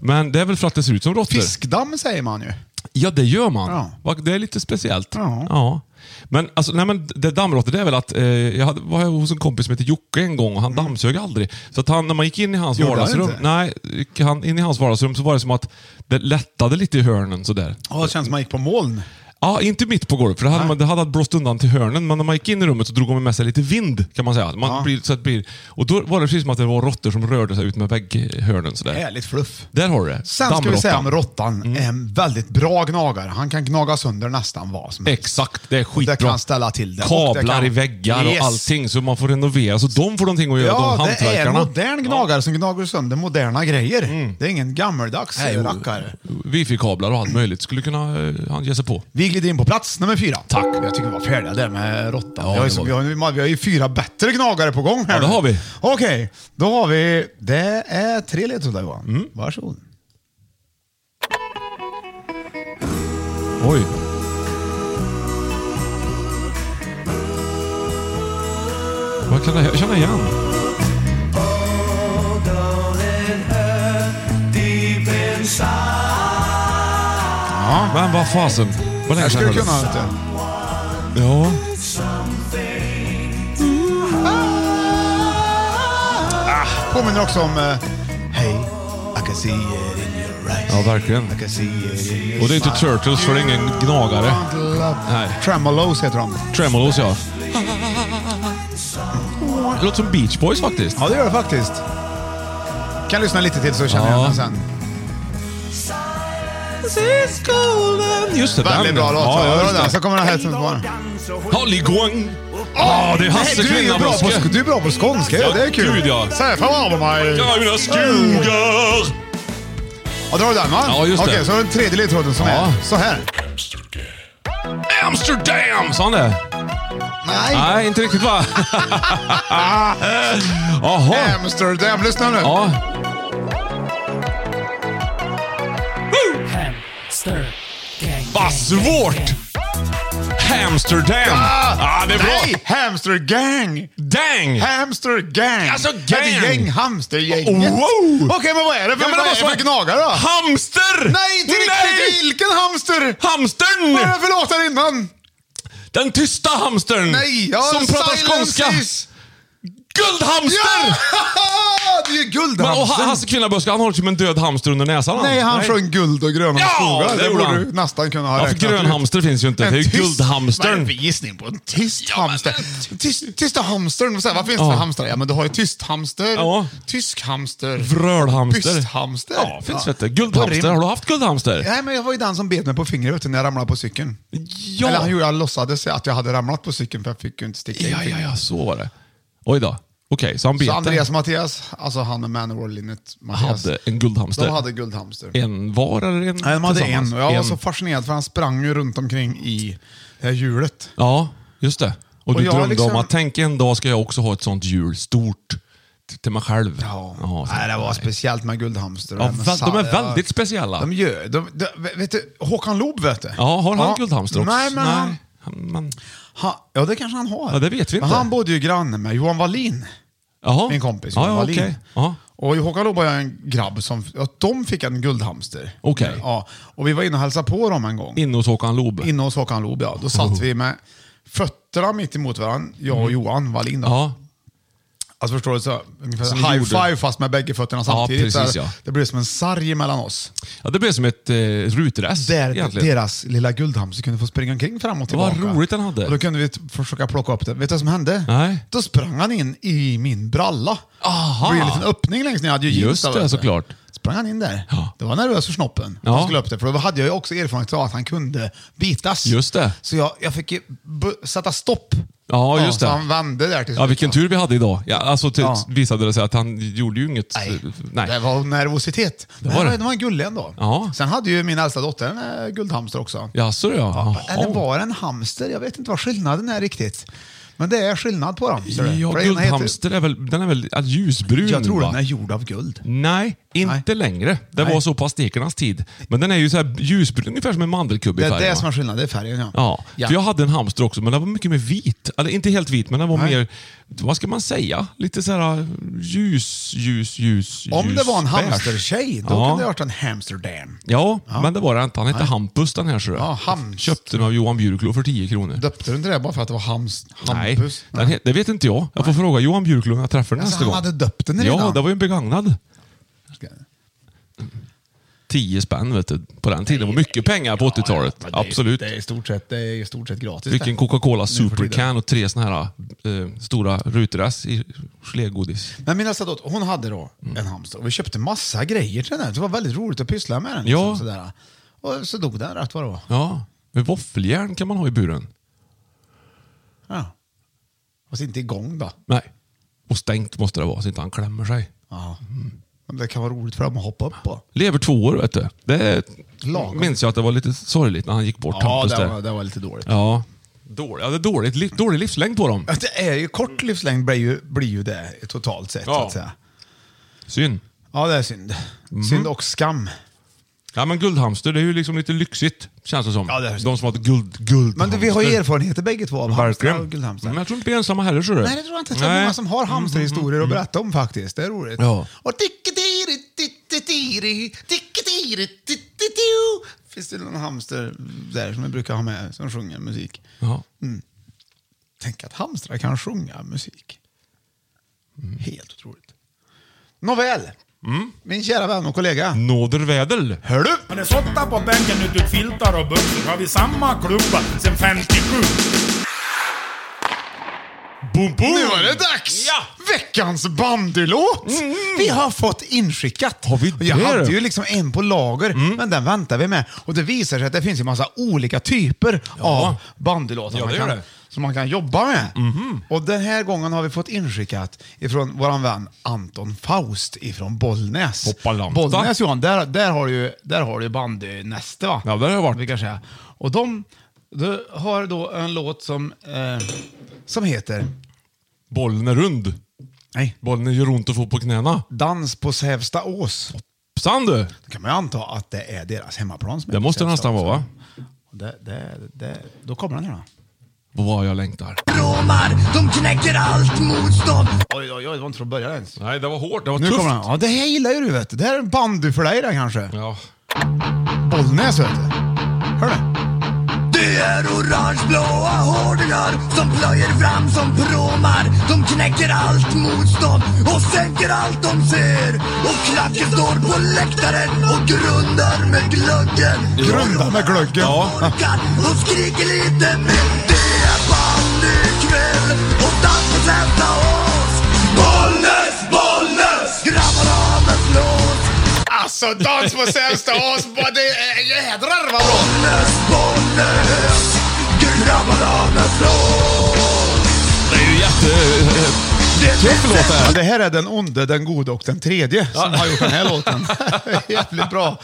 S2: Men det är väl för att det ser ut som råttor?
S1: Fiskdamm säger man ju.
S2: Ja, det gör man.
S1: Ja.
S2: Va, Det är lite speciellt.
S1: Ja.
S2: Men, alltså, nej, men det dammråttor, det är väl att... Eh, jag hade, var jag hos en kompis som heter Jocke en gång och han dammsög aldrig. Så att han, när man gick in i hans
S1: Mm. Gjorde han
S2: vardagsrum...
S1: inte?
S2: Nej, gick han, in i hans vardagsrum så var det som att det lättade lite i hörnen sådär.
S1: Ja, det känns som man gick på moln.
S2: Ja, inte mitt på golvet, för det hade, man, det hade blåst undan till hörnen. Men när man gick in i rummet så drog man med sig lite vind, kan man säga. Man blir, så att det blir, och då var det precis som att det var råttor som rörde sig ut med vägghörnen. Sådär.
S1: Härligt fluff.
S2: Där har du det.
S1: Sen ska vi säga om
S2: Dammråttan. Mm.
S1: råttan, en väldigt bra gnagare. Han kan gnaga sönder nästan vad som helst.
S2: Exakt, det är
S1: Och
S2: skitbra.
S1: Det kan ställa till det. Och det
S2: Kablar
S1: kan-
S2: i väggar
S1: Yes.
S2: och allting, så man får renovera. Så de får någonting att göra, de
S1: Ja, det är en
S2: hantverkarna. Mm.
S1: modern gnagare som gnager sönder moderna grejer. Det är ingen gammeldags
S2: Nej,
S1: Nej, rackare.
S2: Wifi-kablar och allt möjligt skulle kunna eh, han ge sig på.
S1: Vi glider in på plats nummer fyra.
S2: Tack.
S1: Jag tycker vi var färdiga där med råttan. vi, har
S2: det
S1: ju, som-
S2: var
S1: vi, har, ju- vi har ju fyra bättre gnagare på gång här.
S2: Ja, det
S1: nu.
S2: har vi.
S1: Okej, då har vi... Det är tre ledtrådar Johan.
S2: Mm.
S1: Varsågod.
S2: Oj. Vad kan det här? Jag känner igen.
S1: Ja.
S2: Men vad fasen.
S1: Här
S2: Vad länge
S1: ska
S2: sedan
S1: du
S2: jag hörde.
S1: kunna... vet du.
S2: Ja.
S1: Påminner också om... eh, Hey, I can see it in your eyes.
S2: ja, verkligen.
S1: I can see it in your
S2: Och det är inte
S1: smile.
S2: Turtles för det är ingen gnagare. Nej.
S1: Tremolos heter de.
S2: Tremolos ja. Det låter som Beach Boys faktiskt.
S1: Ja, det gör det faktiskt. Kan lyssna lite till så känner jag
S2: Ja.
S1: den sen.
S2: Just det,
S1: Väldigt
S2: den.
S1: bra låt.
S2: Ja,
S1: Ja,
S2: just det.
S1: Så kommer den här som bara...
S2: Holly Guang. Ja, det är Hasse
S1: Nej, du, är ju bra
S2: Kvinnabrådske.
S1: på, du är bra på skånska, ja,
S2: Ja,
S1: det är kul.
S2: gud, ja.
S1: Så här, fan vad av mig.
S2: Ja, mina skogar.
S1: Ja, då har du den va?
S2: Ja, just det.
S1: Okej, så har du den tredje ledtråden som
S2: Ja.
S1: är så här.
S2: Amsterdam, sa han det?
S1: Nej.
S2: Nej, inte riktigt va? Jaha.
S1: Amsterdam, lyssna nu.
S2: Ja. Vad svårt! Hamsterdam. Ah, det är bra.
S1: Nej, hamstergang.
S2: Dang!
S1: Hamstergang.
S2: Alltså,
S1: Ett
S2: gang. Oh,
S1: gäng, hamstergänget.
S2: Wow.
S1: Okej, men vad är det för,
S2: Ja, men det
S1: vad är det
S2: måste
S1: för
S2: vara-
S1: gnagare då?
S2: Hamster!
S1: Nej, inte riktigt. Vilken hamster? Vad är
S2: Hamstern!
S1: det för låtar innan?
S2: Den tysta hamstern!
S1: Nej, ja,
S2: Mm. som pratar
S1: Silence
S2: skånska!
S1: Is...
S2: Guldhamster!
S1: Ja! Det är ju
S2: Men, och Ha-
S1: guldhamstern.
S2: Hasse Kvinnaböske, han håller typ en död hamster under näsan.
S1: Nej, han sjöng guld och gröna
S2: Ja,
S1: skogar.
S2: det
S1: Det
S2: gjorde
S1: borde
S2: han.
S1: du nästan kunna ha
S2: Ja, för
S1: räknat ut.
S2: grönhamster finns ju inte.
S1: En
S2: Det är ju
S1: tyst-
S2: guldhamstern.
S1: Vad är det för gissning på en tyst hamster? Tyst, tysta hamstern. Så här, vad finns det
S2: Ja.
S1: för hamstrar? Ja, men du har ju tyst hamster,
S2: Ja.
S1: tysk hamster,
S2: Vrölhamster.
S1: bysthamster.
S2: Ja, finns vet du. Guldhamster.
S1: På
S2: Har
S1: rim.
S2: du haft guldhamster?
S1: Nej, men jag var ju den som bet mig på fingret vet du, när jag ramlade på cykeln.
S2: Ja.
S1: Eller han gjorde, jag låtsades att jag hade ramlat på cykeln för jag fick ju inte sticka in
S2: Ja, ja,
S1: fingret.
S2: ja, så var det. Oj då. Okej, så han bet
S1: Så
S2: den.
S1: Andreas och Mattias, alltså han och Manowar-linnet Mattias,
S2: hade en guldhamster.
S1: de hade guldhamster.
S2: En var eller en
S1: Nej, de hade
S2: tillsammans?
S1: en och jag var
S2: En.
S1: så fascinerad för han sprang ju runt omkring i det här hjulet.
S2: Ja, just det. Och,
S1: Och
S2: du
S1: jag
S2: drömde
S1: liksom-
S2: om att tänk en dag ska jag också ha ett sånt hjul, stort, t- till mig själv. så-
S1: nej, det var speciellt med guldhamster. och
S2: Ja,
S1: det med
S2: väl- de är
S1: sall-
S2: väldigt speciella.
S1: De gör, de, de, vet du, Håkan Loob vet du.
S2: Ja, har han guldhamster också?
S1: Nej, men Han,
S2: Han, man,
S1: han, ja det kanske han har.
S2: Ja, det vet vi
S1: men
S2: inte.
S1: Han bodde ju granne med Johan Wallin.
S2: jaha.
S1: Min kompis
S2: ja,
S1: Johan
S2: ja,
S1: Wallin.
S2: okej. Ja.
S1: Och i Håkan Loob har jag en grabb som, ja, de fick en guldhamster.
S2: Okej.
S1: Ja, och vi var inne och hälsade på dem en gång.
S2: Inne hos Håkan Loob.
S1: Inne hos Håkan Loob ja. Då
S2: Oh.
S1: satt vi med fötterna mitt emot varandra, jag och Johan Wallin då.
S2: Mm. Ja.
S1: Alltså förstår du? Så, ungefär
S2: Som
S1: high
S2: gjorde-
S1: five fast med bägge fötterna samtidigt.
S2: precis,
S1: Så här,
S2: ja.
S1: Det blev som en sarg mellan oss.
S2: ja, det blev som ett eh, rutress
S1: Där
S2: egentligen.
S1: deras lilla guldhamster kunde få springa omkring fram och
S2: Vad
S1: tillbaka.
S2: roligt den hade.
S1: Och då kunde vi t- försöka plocka upp den. Vet du vad som hände?
S2: Nej.
S1: Då sprang han in i min bralla.
S2: Aha.
S1: Det blev en liten öppning längst ner. Jag hade ju jeans
S2: Just
S1: där,
S2: det,
S1: vet du.
S2: såklart.
S1: sprang han in där.
S2: Ja.
S1: Det var nervös för snoppen.
S2: Ja.
S1: Han skulle upp där. För då hade jag ju också erfarenhet av att han kunde bitas.
S2: Just det.
S1: Så jag, jag fick ju bu- sätta stopp
S2: Ja, just
S1: så
S2: det.
S1: han vände där till
S2: Ja, vilken
S1: va?
S2: tur vi hade idag. Ja, alltså till,
S1: Ja.
S2: visade det sig att han gjorde ju inget...
S1: Nej.
S2: eh, Nej.
S1: Det var nervositet. Men
S2: var
S1: var
S2: det.
S1: det. var gullig ändå.
S2: Ja.
S1: Sen hade ju min äldsta dotter en eh, guldhamster också.
S2: Jaså du ja. Jaha.
S1: Eller var det en hamster? Jag vet inte vad skillnaden är riktigt. Men det är skillnad på dem. ser du.
S2: Ja,
S1: För det ena
S2: guldhamster är väl, den är väl ja, ljusbrun?
S1: Heter, jag tror
S2: va?
S1: den är gjord av guld.
S2: Nej, inte
S1: Nej.
S2: längre. Det
S1: Nej.
S2: var så på aztekernas tid. Men den är ju så här ljusbrun, ungefär som en mandelkubb i
S1: Det är
S2: färg.
S1: det
S2: va?
S1: som är skillnaden, det är färgen ja.
S2: Ja. För jag hade en hamster också, men den var mycket mer vit. Eller inte helt vit, men den var
S1: Nej.
S2: mer, vad ska man säga? Lite så här ljus, ljus, ljus,
S1: Om det
S2: ljus,
S1: var en
S2: beige.
S1: hamstertjej, då
S2: Ja.
S1: kan det ha varit en hamsterdam.
S2: Ja, men det var det inte. Han hette Hampus den här. Så
S1: Ja, Hamst.
S2: Köpte den av Johan Bjurklo för 10 kronor.
S1: Döpte du inte det bara för att det var hams,
S2: Nej,
S1: Hampus?
S2: den het, det vet inte jag. Jag får fråga Johan Bjurklo när jag träffar
S1: Alltså,
S2: nästa
S1: han
S2: gång.
S1: hade döpt den
S2: Ja,
S1: redan?
S2: det var ju en begagnad. 10 spänn vet du, på den tiden. Det var mycket pengar på 80-talet.
S1: men det är-
S2: Absolut.
S1: Det är i stort sett, det är i stort sett gratis.
S2: Fick en
S1: det.
S2: Coca-Cola
S1: Nu för tiden.
S2: Supercan och tre såna här eh, stora ruterass i gelégodis.
S1: Men min nästa dotter, hon hade då
S2: Mm.
S1: en hamster och vi köpte massa grejer till den. här. Det var väldigt roligt att pyssla med den. Liksom,
S2: Ja.
S1: sådär. Och så dog den rätt vad det var.
S2: Ja, men våffeljärn kan man ha i buren.
S1: Ja. Fast inte igång då.
S2: Nej. Och stängt måste det vara så inte han klämmer sig.
S1: Ja.
S2: Mm.
S1: Men det kan vara roligt för dem att hoppa upp på.
S2: Lever två år vet du. Det
S1: Lagom.
S2: minns jag att det var lite sorgligt när han gick bort,
S1: Ja,
S2: Hampus.
S1: det
S2: där.
S1: var, det var lite dåligt.
S2: Ja. Dålig, ja, det är dåligt, li, dålig livslängd på dem.
S1: Att Det är ju kort livslängd blir ju, blir ju det totalt sett.
S2: Ja. Mhm.
S1: Så att säga.
S2: Synd.
S1: ja, det är synd. Synd och skam.
S2: Ja, men guldhamster, det är ju liksom lite lyxigt, känns det som.
S1: Ja, det är-
S2: De som har ett guld, guldhamster.
S1: Men du, vi har ju erfarenheter bägge två av hamstrar och
S2: Verkligen.
S1: guldhamstrar.
S2: Men jag tror inte vi är ensamma heller, ser du.
S1: Nej, det tror jag inte. Jag tror många som har hamsterhistorier att berätta om faktiskt. Det är roligt.
S2: Mm. Ja.
S1: Och ticketiri, tittitiri, ticketiri, tittitiu. Finns det någon hamster där som vi brukar ha med som sjunger musik?
S2: Ja.
S1: Tänk att hamstrar kan sjunga musik.
S2: Mm.
S1: Helt otroligt. Nåväl, min kära vän och kollega.
S2: Nådervädel.
S1: Hör du?
S3: Han är sotta på bänken ut ut filtar och byxor. Har vi samma klubba sen 57?
S2: Boom, boom.
S1: Nu är det dags!
S2: Mm. Ja! Mm.
S1: Veckans bandylåt! Vi har fått inskickat.
S2: Har vi
S1: Och Jag
S2: det? Mm.
S1: hade ju liksom en på lager, men den väntar vi med. Och det visar sig att det finns en massa olika typer av bandylåtar
S2: Ja,
S1: man
S2: det gör
S1: kan,
S2: det. Mhm.
S1: som man kan jobba med. Och den här gången har vi fått inskickat ifrån vår vän Anton Faust ifrån Bollnäs.
S2: Hoppalanta.
S1: Bollnäs Johan, där, där har du ju där har du ju bandynäste va?
S2: Ja, där har jag varit.
S1: Vi kan säga. Och de, de har då en låt som, eh, som heter
S2: Bollen är rund.
S1: Nej.
S2: Bollen gör ont att få på knäna.
S1: Dans på Sävstaås.
S2: Psan du!
S1: Då kan man ju anta att det är deras hemmaplan. Som
S2: Det
S1: är på
S2: måste det nästan
S1: Sävstaås.
S2: vara, va?
S1: Det, det, det, då kommer den här då.
S2: Vad jag längtar.
S1: Oj, oj, oj, det var inte från början ens.
S2: Nej, det var hårt. Det var
S1: Nu
S2: tufft.
S1: kommer den. Ja, det här gillar ju du vet. Det här är en bandy för dig där kanske.
S2: Ja.
S1: Bollnäs vet du. Hör du?
S4: Det är orangeblåa hårdingar som plöjer fram som pråmar. De knäcker allt motstånd och sänker allt de ser. Och klacken står på läktaren och grundar med glöggen.
S1: Grunda med glöggen.
S2: Ja.
S4: Orkar och skriker lite mer. Det är bandykväll och dans på Sävehof. Bollnäs, Bollnäs! Grabbarna med flås.
S1: Alltså, dans på Sävstaås. vad Det är jädrar vad bra.
S4: Bollnäs, Bollnäs. Grabbarna med flås.
S2: Det är ju jätte... Tuff låt det
S1: Ja,
S2: här.
S1: det här är den onde, den gode och den tredje som har gjort den här låten. Jävligt bra.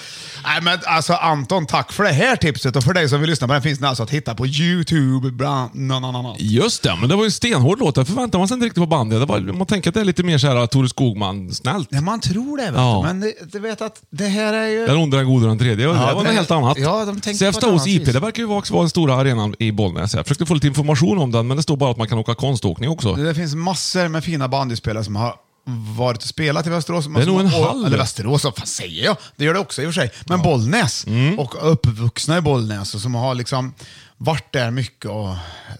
S1: Nej, men alltså Anton, tack för det här tipset. Och för dig som vill lyssna på den finns den alltså att hitta på YouTube. Bland, no, no, no, no.
S2: Just det, men det var ju en stenhård låt. Det förväntar man sig inte riktigt på bandet. Det var, man tänker att det är lite mer så här Thore Skogman-snällt.
S1: Ja, man tror det, vet
S2: Ja.
S1: du. men det- du vet att det här är ju...
S2: Den onde, den gode och den tredje. det var
S1: det-
S2: något helt annat.
S1: ja, de tänkte på ett
S2: Sävstaås
S1: annat
S2: IP,
S1: vis.
S2: det verkar ju vara vara den stora arenan i Bollnäs. Jag försökte få lite information om den, men det står bara att man kan åka konståkning också.
S1: Det finns massor med fina bandyspelare som har varit och spelat i Västerås.
S2: Det är nog en hall.
S1: Eller Västerås, vad fan säger jag? Det gör det också i och för sig. Men Bollnäs
S2: Mm.
S1: och uppvuxna i Bollnäs och som har liksom varit där mycket. Och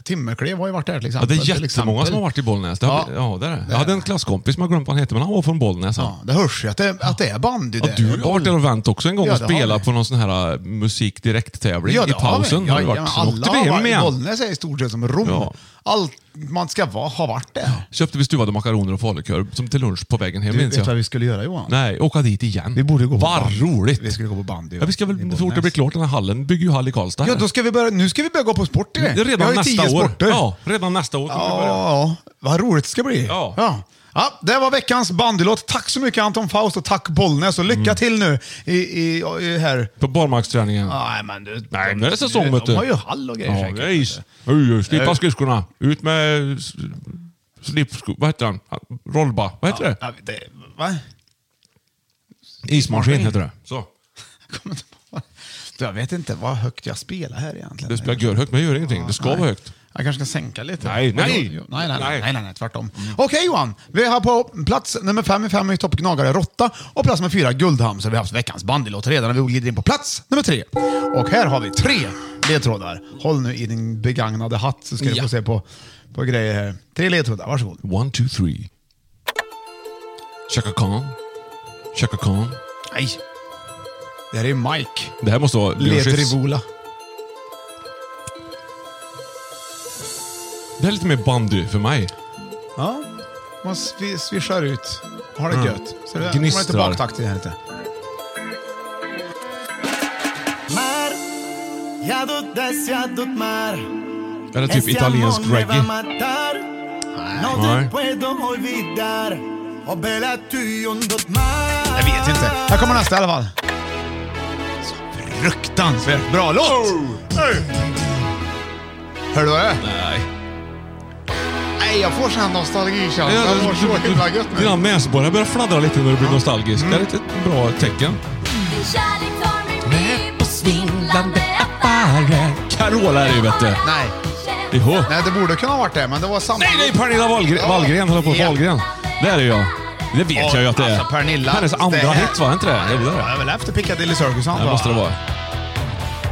S1: Timmerklev har ju varit där till
S2: Ja, det
S1: exempel.
S2: är
S1: till
S2: jättemånga
S1: exempel.
S2: som har varit i Bollnäs. Det har,
S1: Ja.
S2: ja. det är det. Jag hade en klasskompis som jag glömt vad han hette, men han var från Bollnäs. han.
S1: Ja, det hörs ju att det, att det är bandy
S2: Ja,
S1: där.
S2: du har varit där och vänt också en gång
S1: Ja,
S2: och
S1: det har
S2: spelat
S1: vi.
S2: på någon sån här eh, musikdirekttävling
S1: Ja, det
S2: i pausen.
S1: Har
S2: Har
S1: vi.
S2: du
S1: Ja,
S2: varit.
S1: ja,
S2: Sen
S1: alla
S2: åkte vi
S1: har
S2: hem
S1: varit-
S2: igen.
S1: Bollnäs är i stort sett som Rom.
S2: Ja.
S1: Allt man ska vara har varit där.
S2: Köpte vi stuvade makaroner och falukorv som till lunch på vägen hem,
S1: Du,
S2: minns
S1: vet du vad
S2: jag.
S1: vi skulle göra Johan?
S2: Nej, åka dit igen.
S1: Vi borde gå på
S2: Vad
S1: bandy.
S2: roligt!
S1: Vi skulle gå på bandy.
S2: Ja, vi ska
S1: i
S2: väl, så fort
S1: Bollnäs.
S2: det blir klart, den här hallen, bygger ju hall i Karlstad.
S1: Ja,
S2: här.
S1: då ska vi börja, nu ska vi börja gå på sport i det.
S2: Det är redan
S1: vi har ju
S2: nästa nästa år.
S1: sporter.
S2: Ja, redan nästa år kommer det börja.
S1: Ja, vad roligt det ska bli.
S2: Ja.
S1: Ja. Ja, det var veckans bandylåt. Tack så mycket Anton Faust och tack Bollnäs och lycka
S2: Mm.
S1: till nu i, i, i här.
S2: På barmarksträningen.
S1: Nej, men du.
S2: Nej, nu är det säsong, vet du.
S1: De har ju hall och grejer
S2: Ja,
S1: säkert. Eh.
S2: det är is. Oj, oj, Slippa skridskorna. Ut med s- slipsko... Vad heter han? Rollba. Vad heter det?
S1: Ja, det va?
S2: Ismaskin heter det. Så.
S1: Jag kommer inte på- Du, jag vet inte vad högt jag spelar här egentligen.
S2: Det spelar görhögt, men det gör ingenting. Det ska
S1: Nej.
S2: vara högt.
S1: Jag kanske ska sänka lite.
S2: Nej,
S1: Men
S2: nej.
S1: jo, jo, nej, nej, nej,
S2: Nej.
S1: nej, nej, nej, tvärtom. Okej Johan, vi har på plats nummer fem i fem i toppgnagare Råtta och plats nummer fyra Guldhamn. Så vi har haft veckans bandylåt redan och vi glider in på plats nummer tre. Och här har vi tre ledtrådar. Håll nu i din begagnade hatt så ska du
S2: Ja.
S1: få se på, på grejer här. Tre ledtrådar, varsågod.
S2: One, two, three. Chaka Khan. Chaka Khan.
S1: Nej. Det här är Mike
S2: Det här måste vara Leoshifts.
S1: Ledrivola.
S2: Det här är lite mer bandy för mig.
S1: Ja, man svi- swishar ut. Har det gött. Så det, man är inte
S2: Mm. Gnistrar.
S1: baktaktig här inte.
S4: Mar, jadut des, jadut mar.
S2: Eller typ italiensk reggae.
S4: No
S2: Nej.
S4: te puedo olvidar. Och bella tu ondot mar.
S1: Jag vet inte. Här kommer nästa i alla fall. Så fruktansvärt bra låt! Oh, Hör du vad det är?
S2: Nej.
S1: Nej, jag får sån här nostalgikänsla. Jag får så himla gött nu.
S2: Dina näsborrar börjar fladdra lite när du blir nostalgisk. Det är ett ett bra tecken. Med på svindlande affärer. Carola är det ju, vet du.
S1: Nej.
S2: Ihå.
S1: Nej, det borde kunna ha varit det, men det var samma.
S2: Nej, det är Pernilla Wahlgren.
S1: Ja.
S2: Wahlgren, håller på att
S1: Ja.
S2: Wahlgren. Det är det jag. Det vet jag ju att det är.
S1: Alltså, Pernilla,
S2: Hennes
S1: det
S2: andra
S1: här-
S2: hit, va? Inte det? Jo, det är
S1: Ja,
S2: det.
S1: det är väl efter Piccadilly Circus
S2: Det måste det vara.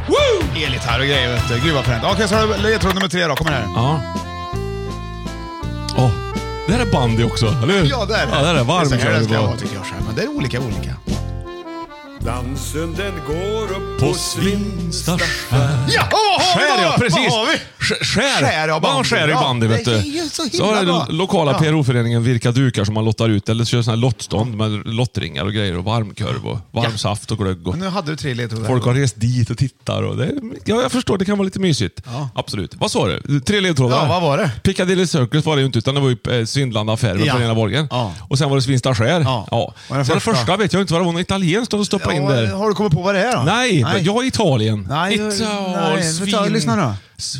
S1: Woo! Elgitarr och grejer vet du. Gud vad fränt. Okej, så har du ledtråd nummer tre då. Kommer här.
S2: Ja. Åh, det här är bandy också, eller hur?
S1: Ja, där.
S2: Ja, det här är varm
S1: det. är så här det
S2: kör
S1: ska
S2: du
S1: vara, typ.
S2: på.
S1: tycker jag. så här. Men det är olika olika.
S5: Dansen den går upp
S2: På Svinsta skär.
S1: Ja, och vad har vi
S2: Skär
S1: då?
S2: ja, precis!
S1: Vad har vi?
S2: Sk- Skär!
S1: Skär, ja, bandy.
S2: Man skär i
S1: Ja,
S2: bandy, vet
S1: det
S2: du.
S1: är ju så himla
S2: har den
S1: bra.
S2: lokala
S1: Ja.
S2: PRO-föreningen virka dukar som man lottar ut, eller kör sådana här lottstånd med lottringar och grejer och varmkorv och varm saft och glögg. Och
S1: Men nu hade du tre ledtrådar.
S2: Folk har rest dit och tittar. Och det, är- ja, jag förstår, det kan vara lite mysigt.
S1: Ja.
S2: Absolut. Vad sa du? Tre ledtrådar?
S1: Ja, vad var det?
S2: Piccadilly Circus var det ju inte, utan det var ju eh, Svindlande affär med
S1: Ja.
S2: Pernilla Wahlgren.
S1: Ja.
S2: Och sen var det Svinsta skär.
S1: Ja.
S2: Och den, första? den första vet jag inte vad det var. Något italienskt de stoppade in där.
S1: Ja, Har du kommit på vad det är då?
S2: Nej, men jag är Italien.
S1: Nej,
S2: Ital...
S1: nej,
S2: svin-
S1: vänta, lyssna då.
S2: S-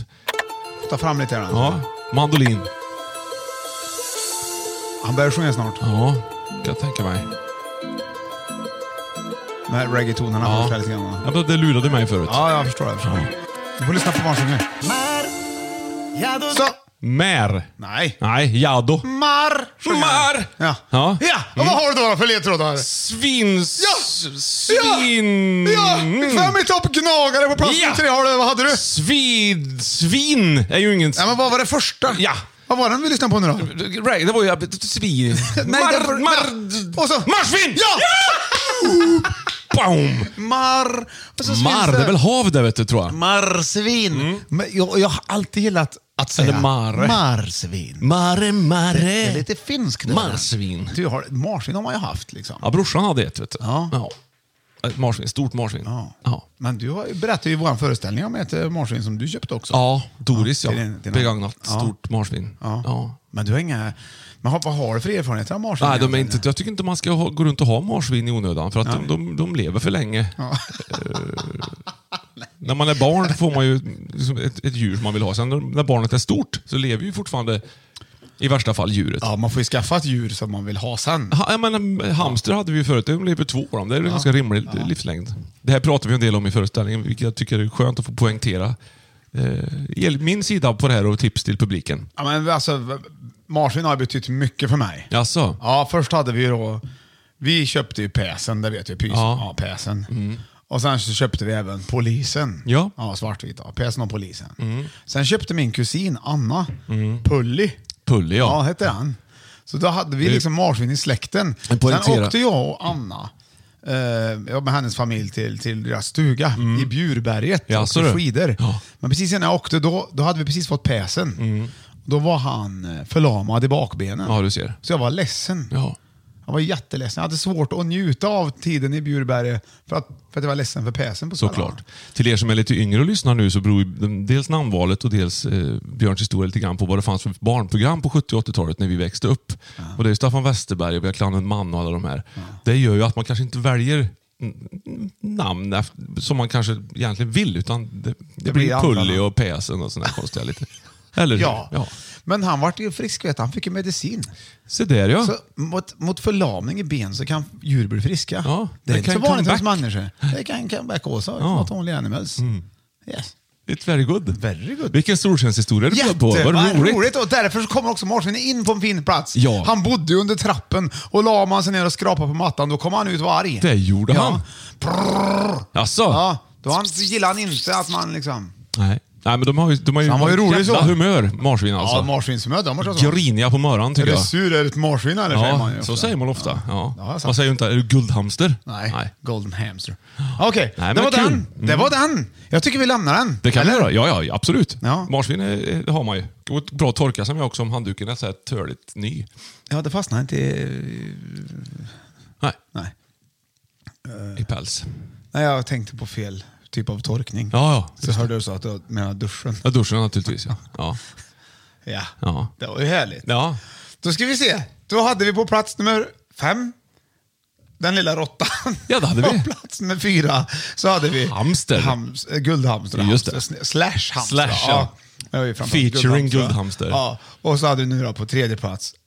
S1: Ta fram lite här.
S2: Ja. Mandolin.
S1: Han börjar sjunga snart.
S2: Ja, kan jag tänka mig.
S1: Med reggae-tonerna.
S2: Ja.
S1: först här lite grann.
S2: Ja, men det lurade mig förut.
S1: Ja, jag förstår. Jag förstår. Du får lyssna på vad han sjunger. Så!
S2: Mer.
S1: Nej.
S2: Nej, Jado.
S1: Mar! sjunger han.
S2: Mar.
S1: Ja.
S2: Ja. Mm.
S1: Ja, och vad har du då då för ledtrådar?
S2: Svins...
S1: Ja!
S2: Svin...
S1: Ja! Fem i topp, gnagare på plats
S2: Ja.
S1: nummer tre. Har du, vad hade du?
S2: Svid... Svin är ju ingen...
S1: Nej, men vad var det första?
S2: Ja.
S1: Vad var den vi lyssnade på nu då?
S2: Right, det var ju... Svin...
S1: det var-
S2: Mar... Mar...
S1: Och så-
S2: Marsvin!
S1: Ja!
S2: Boom!
S1: Mar... Och så
S2: Mar,
S1: finns
S2: det är väl hav det vet du, tror jag.
S1: Marsvin. Men jag, jag har alltid gillat att säga
S2: Mm. Eller mare.
S1: marsvin.
S2: Mare, mare.
S1: Det är lite finskt. det där.
S2: Marsvin.
S1: Du har, marsvin har man ju haft liksom.
S2: Ja, brorsan hade ett, vet du.
S1: Ja.
S2: Ett marsvin, stort marsvin. Ja. Ja,
S1: Men du har, ju- berättade ju i vår föreställning om ett eh, marsvin som du köpte också.
S2: Doris ja.
S1: till din- till din-
S2: Begagnat, stort marsvin.
S1: Ja.
S2: Ja.
S1: Men du har inga... Men har- vad har du för erfarenheter av marsvin?
S2: Nej, de är
S1: egentligen?
S2: inte, jag tycker inte man ska ha, gå runt och ha marsvin i onödan, för att de, de, de lever för länge. Eh, när man är barn får man ju liksom ett, ett djur som man vill ha. Sen när- när barnet är stort så lever ju fortfarande, i värsta fall, djuret.
S1: Ja, man får ju skaffa ett djur som man vill ha sen.
S2: Ha, jag menar, hamster hade vi ju förut, de lever två år. Det är en ganska rimlig livslängd. Det här pratar vi en del om i föreställningen, vilket jag tycker är skönt att få poängtera. Eh, min sida på det här och tips till publiken.
S1: Ja, men alltså, v- marsvin har betytt mycket för mig.
S2: Jaså?
S1: Ja, först hade vi ju då... Vi köpte ju päsen, det vet vi. Pysen. Ja.
S2: Ja.
S1: päsen. Och sen så köpte vi även polisen.
S2: Ja.
S1: Ja, Mm. svartvit. Ja, päsen och polisen. Sen köpte min kusin Anna Pulli.
S2: Pulle
S1: Ja,
S2: ja.
S1: hette han. Så då hade vi liksom marsvin i släkten.
S2: Jag poängterar.
S1: Sen åkte jag och Anna eh, jag med hennes familj till, till deras stuga i Bjurberget
S2: Mm. Ja,
S1: och
S2: så
S1: åkte
S2: du.
S1: skidor.
S2: Ja. Mm.
S1: Men precis innan jag åkte, då, då hade vi precis fått päsen. Då var han eh, förlamad i bakbenen.
S2: Ja, du ser.
S1: Så jag var ledsen.
S2: ja.
S1: Jag var jätteledsen. Jag hade svårt att njuta av tiden i Bjurberget för att, för att jag var ledsen för päsen på kvällarna.
S2: Såklart. Till er som är lite yngre och lyssnar nu så beror ju den- dels namnvalet och dels eh, Björns historia lite grann på vad det fanns för barnprogram på 70 och 80-talet när vi växte upp. Och Det är Staffan Westerberg och vi har Klanen Man och alla de här. Det gör ju att man kanske inte väljer mm, mm, namn efter, som man kanske egentligen vill, utan det, det,
S1: blir
S2: blir Pulli
S1: anfallarna.
S2: och Päsen och sådana här konstiga lite. Eller hur?
S1: Ja. Men han var ju frisk, vet du. han fick ju medicin.
S2: Se där ja.
S1: Så mot, mot förlamning i ben så kan djur bli friska.
S2: Ja,
S1: det är
S2: det
S1: inte så
S2: kan
S1: vanligt hos
S2: come back.
S1: människor. Det kan come back also.
S2: Ja. Mm.
S1: Not only animals. Yes.
S2: It's very good.
S1: Very good.
S2: Vilken stortjänsthistoria du kom på.
S1: Jätte-
S2: Vad roligt.
S1: Och därför så kommer också marsvinen in på en fin plats.
S2: Ja.
S1: Han bodde ju under trappen och la man sig ner och skrapade på mattan då kom han ut och var arg.
S2: Det gjorde han.
S1: Prrrr.
S2: Alltså.
S1: Ja, då han, gillar han inte att man liksom...
S2: Nej. Nej, men de har ju, de har ju
S1: Han var ju rolig
S2: jävla
S1: så.
S2: humör, marsvin alltså.
S1: Ja, marsvinsmöda. de har så-
S2: Griniga på morgonen
S1: Är
S2: tycker
S1: du
S2: jag.
S1: sur är du ett marsvin eller?
S2: Ja,
S1: säger man ju
S2: så
S1: ofta.
S2: säger man ofta. Ja.
S1: Ja, det är sant.
S2: man säger ju inte, är du guldhamster?
S1: Nej. Golden Hamster. Okej,
S2: Nej,
S1: det
S2: men
S1: var
S2: kul.
S1: den.
S2: Mm.
S1: Det var den. Jag tycker vi lämnar den.
S2: Det kan man göra. Ja, ja, absolut.
S1: Ja.
S2: Marsvin är, det har man ju. Och ett bra torka som jag också om handduken är så här törligt ny.
S1: Ja, det fastnar inte i...
S2: Nej,
S1: Nej.
S2: i päls.
S1: Nej, jag tänkte på fel typ av torkning.
S2: Ja,
S1: Så
S2: ja.
S1: hörde du så att du menar duschen.
S2: Ja, duschen naturligtvis. Ja. Ja.
S1: Ja.
S2: Ja.
S1: Det var ju härligt.
S2: ja.
S1: Då ska vi se. Då hade vi på plats nummer fem, den lilla råttan.
S2: Ja, det hade vi.
S1: På plats nummer fyra så hade vi
S2: Hamster.
S1: Hams, eh, guldhamster. och
S2: Just
S1: hamster.
S2: det.
S1: Sn- Slash hamster.
S2: Slash, ja.
S1: Det var ju framförallt
S2: Featuring
S1: guldhamster.
S2: guldhamster.
S1: Ja. Och så hade vi nu då på tredje plats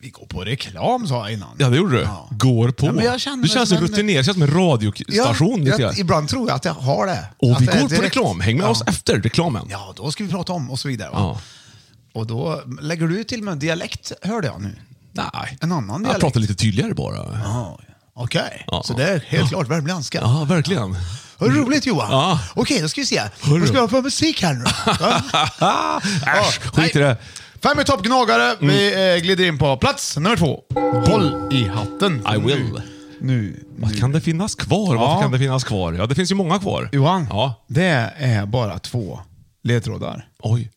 S1: Vi går på reklam sa jag innan.
S2: Ja, det gjorde du.
S1: Ja.
S2: Går på.
S1: Ja, men jag känner
S2: du känns så
S1: som en-
S2: rutinerad, känns som en radiostation.
S1: Ja,
S2: lite grann.
S1: jag, ibland tror jag att jag har det.
S2: Och
S1: Att
S2: vi
S1: det Alltså, är
S2: går på
S1: direkt-
S2: reklam. Häng med
S1: ja.
S2: oss efter reklamen.
S1: Ja, då ska vi prata om och så vidare. Va?
S2: Ja.
S1: Och då lägger du till och med dialekt, hörde jag nu.
S2: Nej.
S1: En annan
S2: Jag
S1: dialekt.
S2: pratar lite tydligare bara.
S1: Ja, Okej,
S2: Ja.
S1: så det är helt klart värmländska.
S2: Ja, verkligen.
S1: Vad roligt Johan.
S2: Ja.
S1: Okej, då ska vi se.
S2: Hörru.
S1: Vad ska vi ha för musik här nu Va?
S2: Äsch,
S1: nej.
S2: skit i det.
S1: Fem i topp gnagare.
S2: Mm.
S1: Vi eh, glider in på plats nummer två. Håll i hatten.
S2: I will.
S1: Nu. nu.
S2: Vad kan det finnas kvar?
S1: Mm. Ja.
S2: Vad kan det finnas kvar? Ja, det finns ju många kvar.
S1: Johan,
S2: Ja.
S1: det är bara två ledtrådar.
S2: Oj.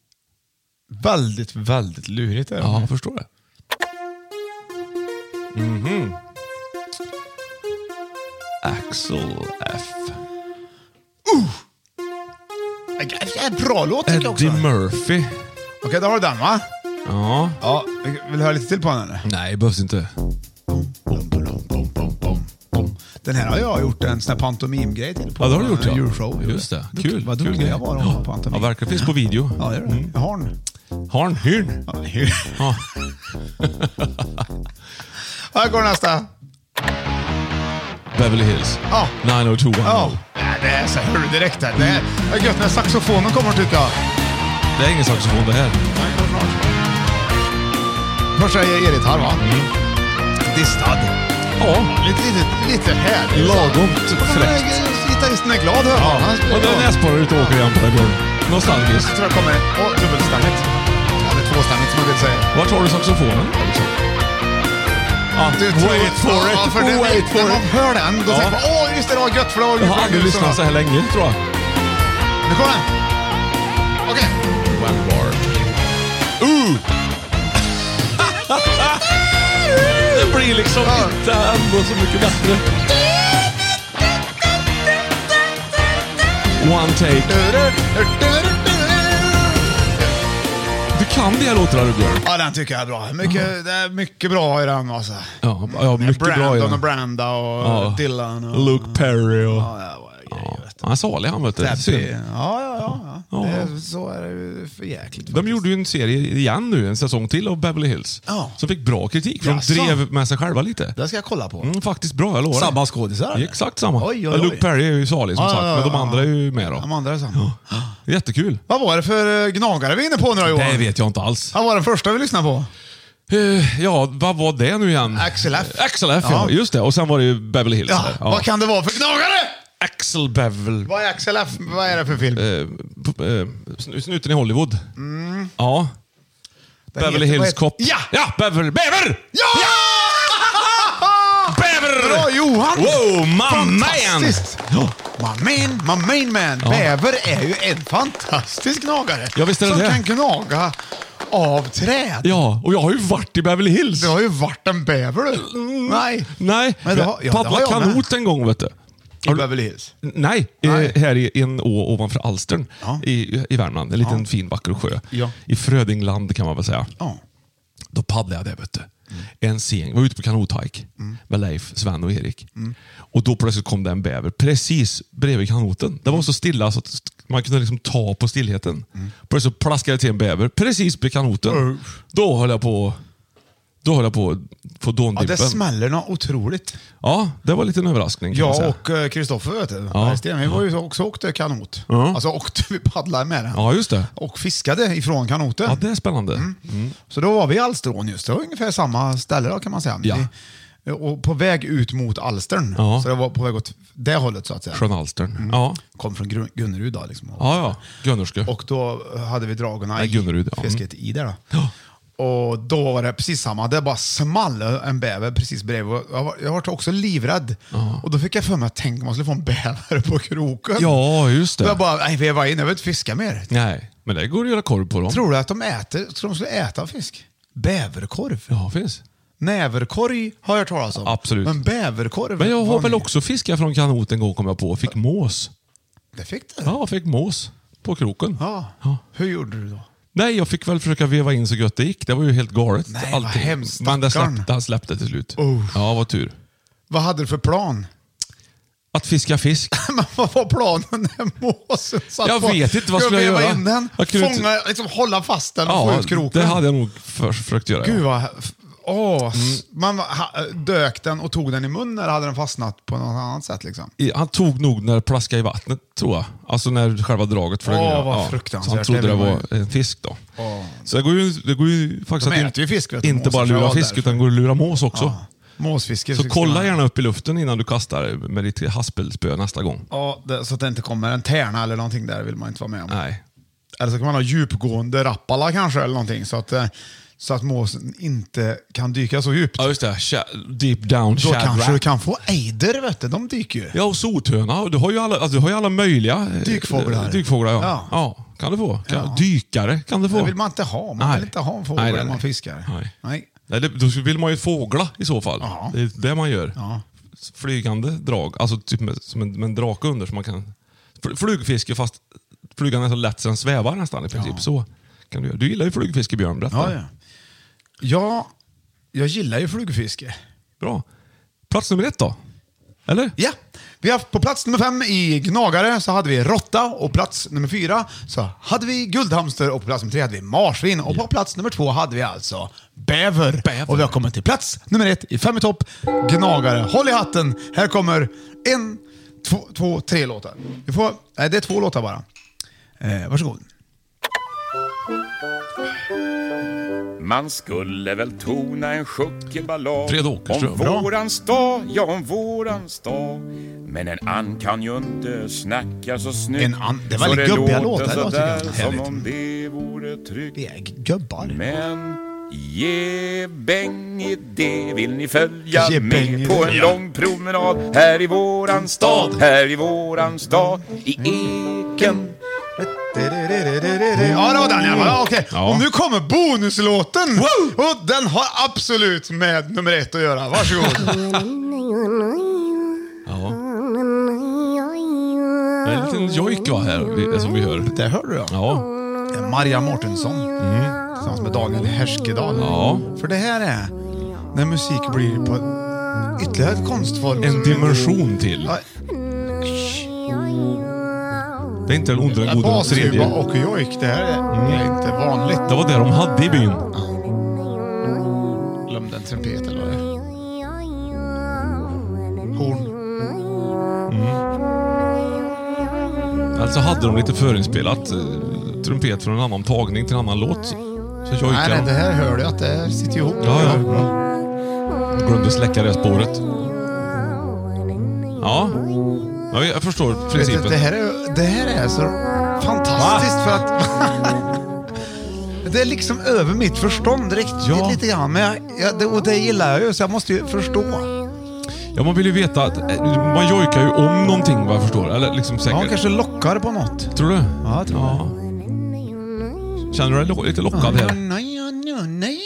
S1: Väldigt, väldigt lurigt är det.
S2: Ja, jag förstår det. Mhm. Axel F.
S1: Det är en bra låt tycker jag också.
S2: Eddie Murphy.
S1: Okej, då har du den va?
S2: Ja.
S1: Ja, vill du höra lite till på den eller?
S2: Nej, behövs inte.
S1: Den här har jag gjort en sån här pantomimgrej till. På
S2: Ja, det har du gjort
S1: en
S2: ja.
S1: Julshow.
S2: Just det.
S1: Dukt-
S2: Kul.
S1: Vad
S2: Kul
S1: duktig
S2: grej.
S1: jag var om
S2: Ja, ja Mm.
S1: pantomim.
S2: verkar finns på video.
S1: Ja, det är det. Jag har den.
S2: Har en hyrn.
S1: Ja, det är-
S2: Ja.
S1: Här går nästa.
S2: Beverly Hills.
S1: Ja.
S2: 90210.
S1: Ja. det så hör du direkt här. Det är gött när saxofonen kommer tycker jag.
S2: Det är ingen saxofon det här.
S1: Först är det elgitarr va?
S2: Mm.
S1: Distad. Ja. Lite, lite, lite härlig.
S2: Lagomt typ, fräckt.
S1: Gitarristen är glad hör man. Han spelar
S2: Och den
S1: bra.
S2: näsborrar ut och åker igen på den gården. Nostalgiskt.
S1: Jag tror det kommer... Åh, dubbelstämmigt. Eller tvåstämmigt som jag vill säga.
S2: Vart har du saxofonen? Ja,
S1: Du tror-
S2: wait for it!
S1: Ja, för det,
S2: wait for
S1: när man
S2: it!
S1: hör den, då
S2: Ja.
S1: tänker man åh, just det, det var gött för det var
S2: Jag har aldrig
S1: ljud som var."
S2: lyssnat så här länge tror jag.
S1: Nu kommer den. Okej.
S2: Vanguard. Ooh! det blir liksom inte ändå så mycket bättre. One take. Du kan de här låtarna du gör.
S1: Ja, den tycker jag är bra. Mycket, det är mycket bra i den alltså.
S2: Ja, ja mycket bra i
S1: Brandon och
S2: den.
S1: Branda och
S2: Ja.
S1: Dylan. Och,
S2: Luke Perry och...
S1: Ja, det var grejer, vet
S2: Han är salig han vet
S1: du.
S2: du.
S1: Zappy.
S2: Synd.
S1: Ja, ja, ja. ja.
S2: Ja.
S1: Det är, så är det ju för jäkligt.
S2: De gjorde ju en serie igen nu, en säsong till av Beverly Hills.
S1: Ja.
S2: Som fick bra kritik, för de
S1: Jaså?
S2: drev med sig själva lite.
S1: Det ska jag kolla på.
S2: Mm, faktiskt bra, jag lovar.
S1: Samma skådisar, eller?
S2: Exakt samma.
S1: Oj, oj,
S2: Ja,
S1: oj.
S2: Luke Perry är ju salig som
S1: Ja,
S2: sagt,
S1: ja, ja,
S2: men de
S1: ja.
S2: andra är ju med då.
S1: De andra är samma.
S2: Jättekul.
S1: Vad var det för eh, gnagare vi är inne på nu då, Johan?
S2: Det vet jag inte alls.
S1: Han var den första vi lyssnade på.
S2: Eh, Ja, vad var det nu igen?
S1: Axel F.
S2: Axel F, ja.
S1: Ja.
S2: Just det. Och sen var det ju Beverly Hills.
S1: Ja,
S2: där.
S1: Vad kan det vara för gnagare?
S2: Axel Bevel.
S1: Vad är Axel F? Vad är det för film?
S2: Eh, p- eh, snu- Snuten i Hollywood. Ja. Beverly
S1: Mm. heter- vad
S2: Hills
S1: heter-
S2: Cop.
S1: Ja!
S2: Ja! Bever! Bever!
S1: Ja!
S2: Bäver!
S1: Bra Johan!
S2: Wow, my man!
S1: Fantastiskt! Ja. My man, my main man. Bäver är ju en fantastisk gnagare.
S2: Ja, visst är det
S1: Som
S2: det.
S1: kan gnaga av träd.
S2: Ja, och jag har ju varit i Beverly Hills.
S1: Du har ju varit en bäver du. Nej.
S2: Mm. Nej,
S1: Men det har- ja, det har
S2: paddlat
S1: jag med.
S2: kanot en gång vet du.
S1: I Beverly Hills.
S2: Nej,
S1: Nej.
S2: Eh, här i en å ovanför Alstern
S1: Ja.
S2: i, i Värmland. En liten fin vacker sjö.
S1: Ja.
S2: I Frödingland kan man väl säga.
S1: Ja.
S2: Då paddlade jag där vet du. En sen, var ute på kanothajk
S1: Mm.
S2: med Leif, Sven och Erik. Och då plötsligt kom det en bäver precis bredvid kanoten. Det var så stilla så att man kunde liksom ta på stillheten.
S1: Mm.
S2: Plötsligt plaskade det till en bäver precis bredvid kanoten. Då höll jag på då höll jag på att få
S1: Ja, det
S2: dåndimpen.
S1: smäller något otroligt.
S2: Ja, det var lite en överraskning. kan man
S1: Jag
S2: säga.
S1: och eh, Kristoffer vet du,
S2: Ja.
S1: Bergsten, vi var ju också åkte kanot.
S2: Ja.
S1: Alltså åkte, vi paddlade med den.
S2: Ja, just det.
S1: Och fiskade ifrån kanoten.
S2: Ja, det är spännande.
S1: Mm. Så då var vi i Alsterån just. Det var ungefär samma ställe då, kan man säga.
S2: Ja.
S1: Vi, och på väg ut mot Alstern.
S2: Ja.
S1: Så det var på väg åt det hållet så att säga.
S2: Från Alstern.
S1: Mm.
S2: Ja.
S1: Kom från Grun- Gunnerud då. Liksom.
S2: ja, ja. Gunnerska.
S1: Och då hade vi dragorna
S2: Nej,
S1: i
S2: Gunnerud, ja.
S1: fisket i där. Då.
S2: Ja.
S1: Och då var det precis samma. Det bara small en bäver precis bredvid. Och Jag var, jag var också livrädd. Och då fick jag för mig att tänka om man skulle få en bäver på kroken.
S2: ja, just
S1: Så jag
S2: det.
S1: bara, nej veva in, jag vill inte fiska mer.
S2: Nej, men det går att göra korv på dem.
S1: Tror du att de äter, tror de skulle äta fisk? Bäverkorv?
S2: Ja, finns.
S1: Näverkorg har jag hört talas om.
S2: Absolut.
S1: Men bäverkorv?
S2: Men jag har
S1: var
S2: väl
S1: ny.
S2: också fiskat från kanot en gång kom jag på. och Fick mås.
S1: Det fick du?
S2: Ja, jag fick mås på kroken.
S1: Ja. Hur gjorde du då?
S2: Nej, jag fick väl försöka veva in så gött det gick. Det var ju helt galet.
S1: Nej, vad
S2: Allting.
S1: hemskt,
S2: Men det
S1: stackarn.
S2: släppte, han släppte till slut.
S1: Uff.
S2: Ja, vad tur.
S1: Vad hade du för plan?
S2: Att fiska fisk.
S1: Men vad var planen när måsen satt
S2: Jag
S1: på?
S2: vet inte, vad skulle jag
S1: veva
S2: göra?
S1: in den,
S2: Jag kunde inte-
S1: fånga, liksom, hålla fast den och få
S2: Ja,
S1: ut kroken?
S2: det hade jag nog först försökt göra.
S1: Gud
S2: ja.
S1: vad... f- Åh, s-
S2: Mm.
S1: man ha, dök den och tog den i munnen eller hade den fastnat på något annat sätt? Liksom?
S2: I- Han tog nog när det plaskade i vattnet, tror jag. Alltså när själva draget flög
S1: Åh,
S2: ner.
S1: vad
S2: Ja.
S1: fruktansvärt.
S2: Så han trodde
S1: Det
S2: det
S1: blir
S2: var
S1: man
S2: en fisk då.
S1: Åh.
S2: Så det går ju, det går ju faktiskt
S1: De
S2: att
S1: äter ju fisk, vet du,
S2: inte
S1: mås
S2: bara
S1: och
S2: lura
S1: kral
S2: fisk,
S1: där.
S2: utan går att lura mås också.
S1: Ja. Måsfiske.
S2: Så
S1: fick
S2: kolla
S1: man-
S2: gärna upp i luften innan du kastar med ditt haspelspö nästa gång.
S1: Ja, det, så att det inte kommer en tärna eller någonting där vill man inte vara med om.
S2: Nej.
S1: Eller så kan man ha djupgående rappala kanske eller någonting så att, eh, så att måsen inte kan dyka så djupt.
S2: Ja, just det. Sha- Deep down
S1: Då
S2: shad
S1: kanske
S2: rat.
S1: du kan få ejder, vet du. De dyker ju.
S2: Ja, och sothöna. Du har ju alla, alltså, du har ju alla möjliga... eh,
S1: Dykfåglar.
S2: Dykfåglar, ja.
S1: Ja.
S2: ja. kan du få. Kan,
S1: Ja.
S2: Dykare kan du få.
S1: Det vill man inte ha. Man
S2: Nej.
S1: vill inte ha en fågel
S2: Nej, nej,
S1: när man
S2: nej.
S1: fiskar.
S2: Nej.
S1: Nej.
S2: Nej, det, då vill man ju fågla i så fall.
S1: Ja.
S2: Det är det man gör.
S1: Ja.
S2: Flygande drag, alltså typ med, som en, med en drake under. Så man kan, fl- flugfiske fast flugan är så lätt så den svävar nästan i princip. Så kan du, göra. du gillar ju flugfiske Björn, berätta.
S1: Ja, ja. ja, jag gillar ju flugfiske.
S2: Bra. Plats nummer ett då? Eller?
S1: Ja, vi har haft på plats nummer fem i gnagare så hade vi råtta och plats nummer fyra så hade vi guldhamster och på plats nummer tre hade vi marsvin och på plats nummer två hade vi alltså bäver. Och vi har kommit till plats nummer ett i Fem i topp, gnagare. Håll i hatten, här kommer en, Två, två tre låtar. Du får, nej, det är två låtar bara. Eh, varsågod.
S6: Man skulle väl tona en sjuckeballad
S2: Fred Åkerström,
S6: om
S2: bra.
S6: våran stad, ja om våran stad. Men en ann kan ju inte snacka så snyggt.
S1: En ann- det var
S6: så
S1: lite gubbiga låtar
S6: låter
S1: idag, tycker jag.
S6: sådär som
S1: Härligt.
S6: om det vore tryggt. Vi är
S1: gubbar.
S6: Men ge bäng i det vill ni följa
S1: Ge bäng i
S6: med på
S1: det.
S6: en lång promenad här i våran stad, här i våran stad, i eken.
S1: Ja, det var den i alla fall. Ja, okej.
S2: Mm. Ja.
S1: Och nu kommer bonuslåten! Och den har absolut med nummer ett att göra. Varsågod.
S2: Ja. Det är en liten jojk va, här, vi- som vi hör.
S1: Det hör du ja.
S2: Ja.
S1: Det är Maria Mårtensson tillsammans med Daniel Herskedal.
S2: Ja.
S1: För det här är när musik blir på ytterligare ett konstform.
S2: En dimension till.
S1: Ja,
S2: Det är inte den onda, den goda, den
S1: Basruba
S2: tredje. Mm.
S1: och jojk, det här är är inte vanligt.
S2: Det var det de hade i byn.
S1: Glöm den trumpet eller vad det är. Horn.
S2: Alltså hade de lite förinspelat eh, trumpet från en annan tagning till en annan låt. Så
S1: Nej,
S2: jojkade
S1: nej, det
S2: de.
S1: här hör du att det här sitter ihop.
S2: Ja, ja. Glömde släcka det spåret. Ja. ja, jag förstår
S1: Vet du,
S2: principen.
S1: Det här, är, det här är så fantastiskt för att... det är liksom över mitt förstånd riktigt
S2: Ja.
S1: lite grann. Men jag, jag, det, och det gillar jag ju, så jag måste ju förstå.
S2: Ja, man vill ju veta att eh, man jojkar ju om någonting vad jag förstår. Eller liksom
S1: Ja,
S2: säkert.
S1: han kanske lockar på något.
S2: Tror du?
S1: Ja, jag tror
S2: Ja. Känner du dig lo- lite lockad här?
S1: Nej, nej, nej.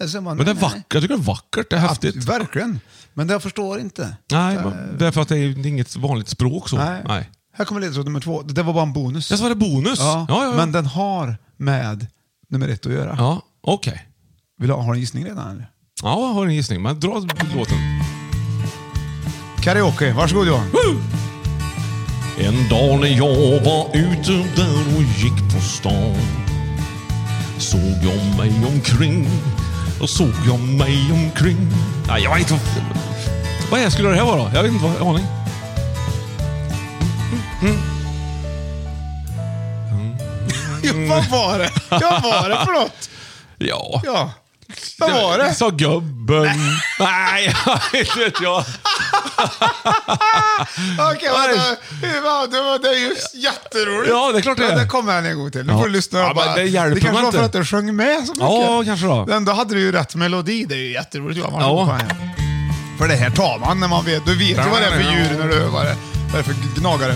S1: Alltså, man,
S2: Men det är vackert. Jag tycker det är vackert. Det är häftigt.
S1: Ja, verkligen. Men det jag förstår inte.
S2: Nej, men det är för att det är inget vanligt språk så.
S1: Nej.
S2: Nej.
S1: Här kommer ledtråd nummer två. Det var bara en bonus.
S2: Jag sa det bonus.
S1: Ja,
S2: ja, ja.
S1: Men den har med nummer ett att göra.
S2: ja okej.
S1: Vill du ha har du en gissning redan? Eller?
S2: Ja, jag har en gissning. Men dra låten.
S1: Karaoke. Varsågod Johan.
S2: En dag när jag var ute där och gick på stan Såg jag mig omkring och såg jag mig omkring Nej, jag vet inte vad... Vad är, skulle det här vara då? Jag vet inte, vad jag har aning.
S1: Vad var det? Vad var det för något?
S2: Ja...
S1: Ja. Vad var det?
S2: Sa gubben. Nej, jag vet inte jag.
S1: Okej, vänta. Ja, det, var- det är ju jätteroligt.
S2: Ja, det är klart det är.
S1: Ja, det kommer jag en gång till. Nu får du lyssna.
S2: Ja, men
S1: bara.
S2: det hjälper
S1: det kanske
S2: mig
S1: var för
S2: inte.
S1: att du sjöng med så mycket.
S2: Ja, kanske då.
S1: Men då hade du ju rätt melodi. Det är ju jätteroligt Johan.
S2: Ja.
S1: Fan, ja. För det här tar man när man vet. Du vet ju vad det är för djur när du övar det. Vad är det för gnagare?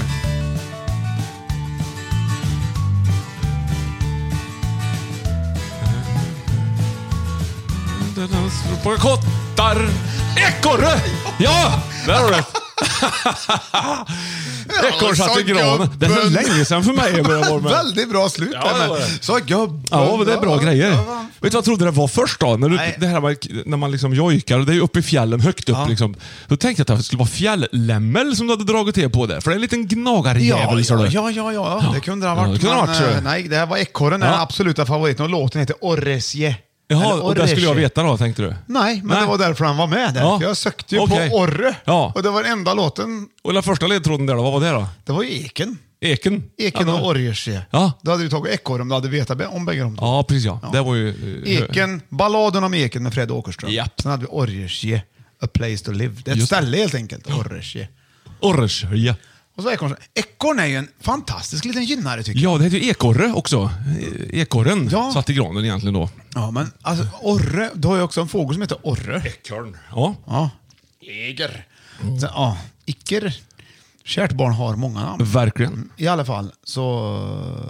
S2: På kottar. Ekorre! Ja, där har du det. Ekorre satt i granen. Det är så länge sedan för mig. Jag började vara med.
S1: Väldigt bra slut
S2: Ja, det
S1: där
S2: var
S1: med.
S2: det.
S1: Så gubben.
S2: Ja, men det är bra
S1: Ja,
S2: grejer.
S1: ja,
S2: Vet du vad jag trodde det var först då? När, du,
S1: Nej.
S2: det här med, när man liksom jojkar, det är ju uppe i fjällen, högt upp. Liksom. Då tänkte jag att det skulle vara fjällämmel som du hade dragit till på där. För det är en liten
S1: Ja,
S2: gnagarjävel, sa
S1: ja,
S2: du.
S1: ja, ja, ja, det kunde det ha
S2: Ja,
S1: varit.
S2: det kunde det ha
S1: men,
S2: varit, tror jag.
S1: eh, nej, det här var ekorren, den
S2: Ja.
S1: absoluta favoriten och låten heter Orresje.
S2: Jaha,
S1: Eller
S2: och det skulle jag
S1: Orresje.
S2: veta då, tänkte du?
S1: Nej, men
S2: Nej.
S1: det var därför han var med där.
S2: Ja.
S1: Jag sökte ju
S2: Okej.
S1: på orre
S2: Ja.
S1: och det var den enda låten.
S2: Och den första ledtråden där då, vad var det då?
S1: Det var ju eken.
S2: Eken?
S1: Eken
S2: ja, det
S1: och
S2: var-
S1: orresje.
S2: Ja.
S1: Då hade du tagit ekorre om du hade vetat om bägge de två.
S2: Ja, precis ja. Det var ju... eh,
S1: Eken, balladen om eken med Fred Åkerström.
S2: Japp.
S1: Sen hade vi Orresje, A place to live. Det är ett
S2: Just det.
S1: ställe helt enkelt. Orresje.
S2: Orresje.
S1: Och så ekorren. Ekorren är ju en fantastisk liten gynnare tycker jag.
S2: Ja, det heter ju ekorre också. E- Ekorren
S1: Ja.
S2: satt i granen egentligen då.
S1: Ja, men alltså orre. Du har ju också en fågel som heter orre.
S2: Ekorn. Ja.
S1: Ja. Eger. Sen, ja, icker. Kärt barn har många namn.
S2: Verkligen.
S1: I alla fall, så...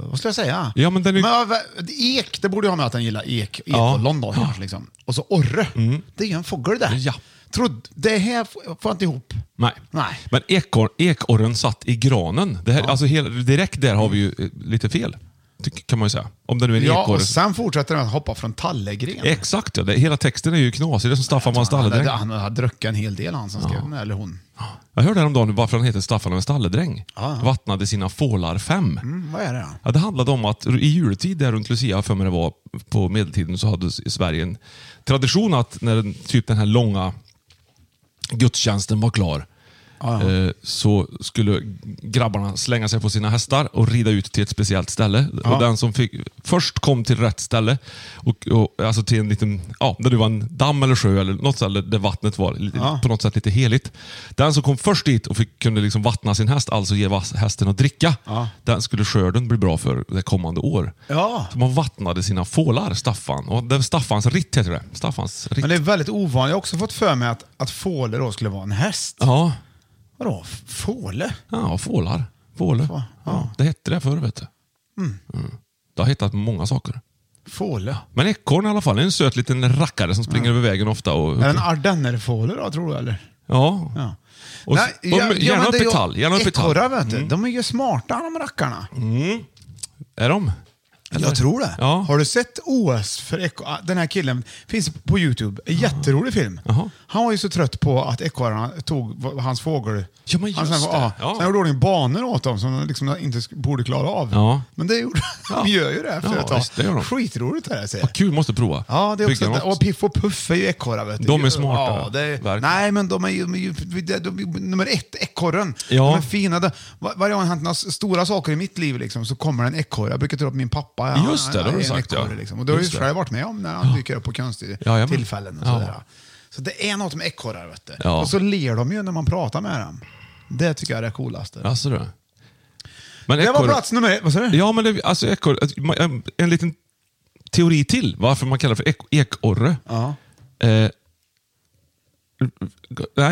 S1: Vad skulle jag säga?
S2: Ja, men den är-
S1: ja, va- ek, det borde jag ha med att den gillar ek.
S2: Ja. Mm.
S1: Ekollon då kanske. Liksom. Och så orre. Det är ju en fågel det.
S2: Ja.
S1: Trodd, det här f- får jag inte ihop.
S2: Nej.
S1: Nej.
S2: Men ekor, ekorren satt i granen. Det här, alltså, hela, direkt där har vi ju eh, lite fel. Ty- Kan man ju säga. Om det nu är en
S1: Ja,
S2: ekorre.
S1: och sen fortsätter den att hoppa från tallegren.
S2: Exakt ja. Det, hela texten är ju knasig. Det är som Staffan var en
S1: han, hade,
S2: stalledräng.
S1: han hade druckit en hel del han som skrev den, eller hon.
S2: Jag hörde häromdagen varför han heter Staffan var en stalledräng.
S1: Ja, ja.
S2: Vattnade sina fålar fem.
S1: Mm, vad är det då?
S2: Ja, det handlade om att i juletid, där runt Lucia, för mig det var på medeltiden, så hade s- Sverige en tradition att när den, typ den här långa gudstjänsten var klar, eh, så skulle grabbarna slänga sig på sina hästar och rida ut till ett speciellt ställe.
S1: Ja.
S2: Och den som fick, först kom till rätt ställe, och, och, alltså till en liten, ja, där det var en damm eller sjö eller något ställe där vattnet var lite,
S1: Ja.
S2: på något sätt lite heligt. Den som kom först dit och fick, kunde liksom vattna sin häst, alltså ge vas- hästen att dricka,
S1: Ja.
S2: den skulle skörden bli bra för det kommande år.
S1: Ja.
S2: Så man vattnade sina fålar, Staffan. Och det var Staffans ritt heter det. Staffans ritt.
S1: Men det är väldigt ovanligt. Jag har också fått för mig att, att fåle då skulle vara en häst.
S2: Ja.
S1: Vadå? f- Fåle?
S2: Ja, fålar. Fåle. Ja. Det hette det förr, vet du. Mm. Det har hittat många saker.
S1: Fåle?
S2: Men ekorren i alla fall, är en söt liten rackare som springer över vägen ofta. Och,
S1: Är det en ardennerfåle då, tror du? Eller?
S2: Ja. Och,
S1: Nej,
S2: och, gärna
S1: ja, men
S2: upp
S1: det är
S2: i
S1: ju-
S2: tall. Gärna upp i tall.
S1: Ekorrar, vet du.
S2: Mm.
S1: De är ju smarta, de rackarna.
S2: Är de? Eller?
S1: Jag tror det.
S2: Ja.
S1: Har du sett OS för ekorrar? Den här killen finns på Youtube. En jätterolig film.
S2: Jaha.
S1: Han var ju så trött på att ekorrarna tog v- hans fågel...
S2: Ja, men
S1: han,
S2: just
S1: sen,
S2: det.
S1: Ja,
S2: Ja.
S1: Sen gjorde de ju banor åt dem som de liksom inte sk- borde klara av.
S2: Ja.
S1: Men det gjorde,
S2: Ja.
S1: de gör ju det efter
S2: Ja,
S1: ett tag.
S2: visst, det gör de.
S1: Skitroligt det där. Ser. jag.
S2: Vad kul, måste prova.
S1: Ja, det är också,
S2: Bygga något.
S1: och Piff och Puff är ju ekorrar. Vet du.
S2: De är smarta,
S1: Ja, det är,
S2: verkligen.
S1: nej, men de är ju, de är ju de är, de är, nummer ett, ekorren.
S2: Ja.
S1: De är fina. De, var- varje gång det har hänt några s- stora saker i mitt liv liksom, så kommer en ekorre. Jag brukar tro att min pappa han-
S2: Just det,
S1: han
S2: det
S1: är
S2: har du
S1: en
S2: sagt, ja.
S1: ekorre, liksom. Och det har jag
S2: Just
S1: ju
S2: det.
S1: själv varit med om när han dyker upp på konstiga
S2: Jajamän.
S1: tillfällen. Och
S2: Ja.
S1: sådär. Så det är något med ekorrar. Vet du.
S2: Ja.
S1: Och så ler de ju när man pratar med dem. Det tycker jag är det coolaste.
S2: Alltså det. Men
S1: Det var
S2: ekorre-
S1: plats nummer ett. Vad sa du?
S2: Ja, men det, alltså ekorre, att man- en- en liten teori till varför man kallar det för ek, ekorre.
S1: Ja.
S2: Eh, nej,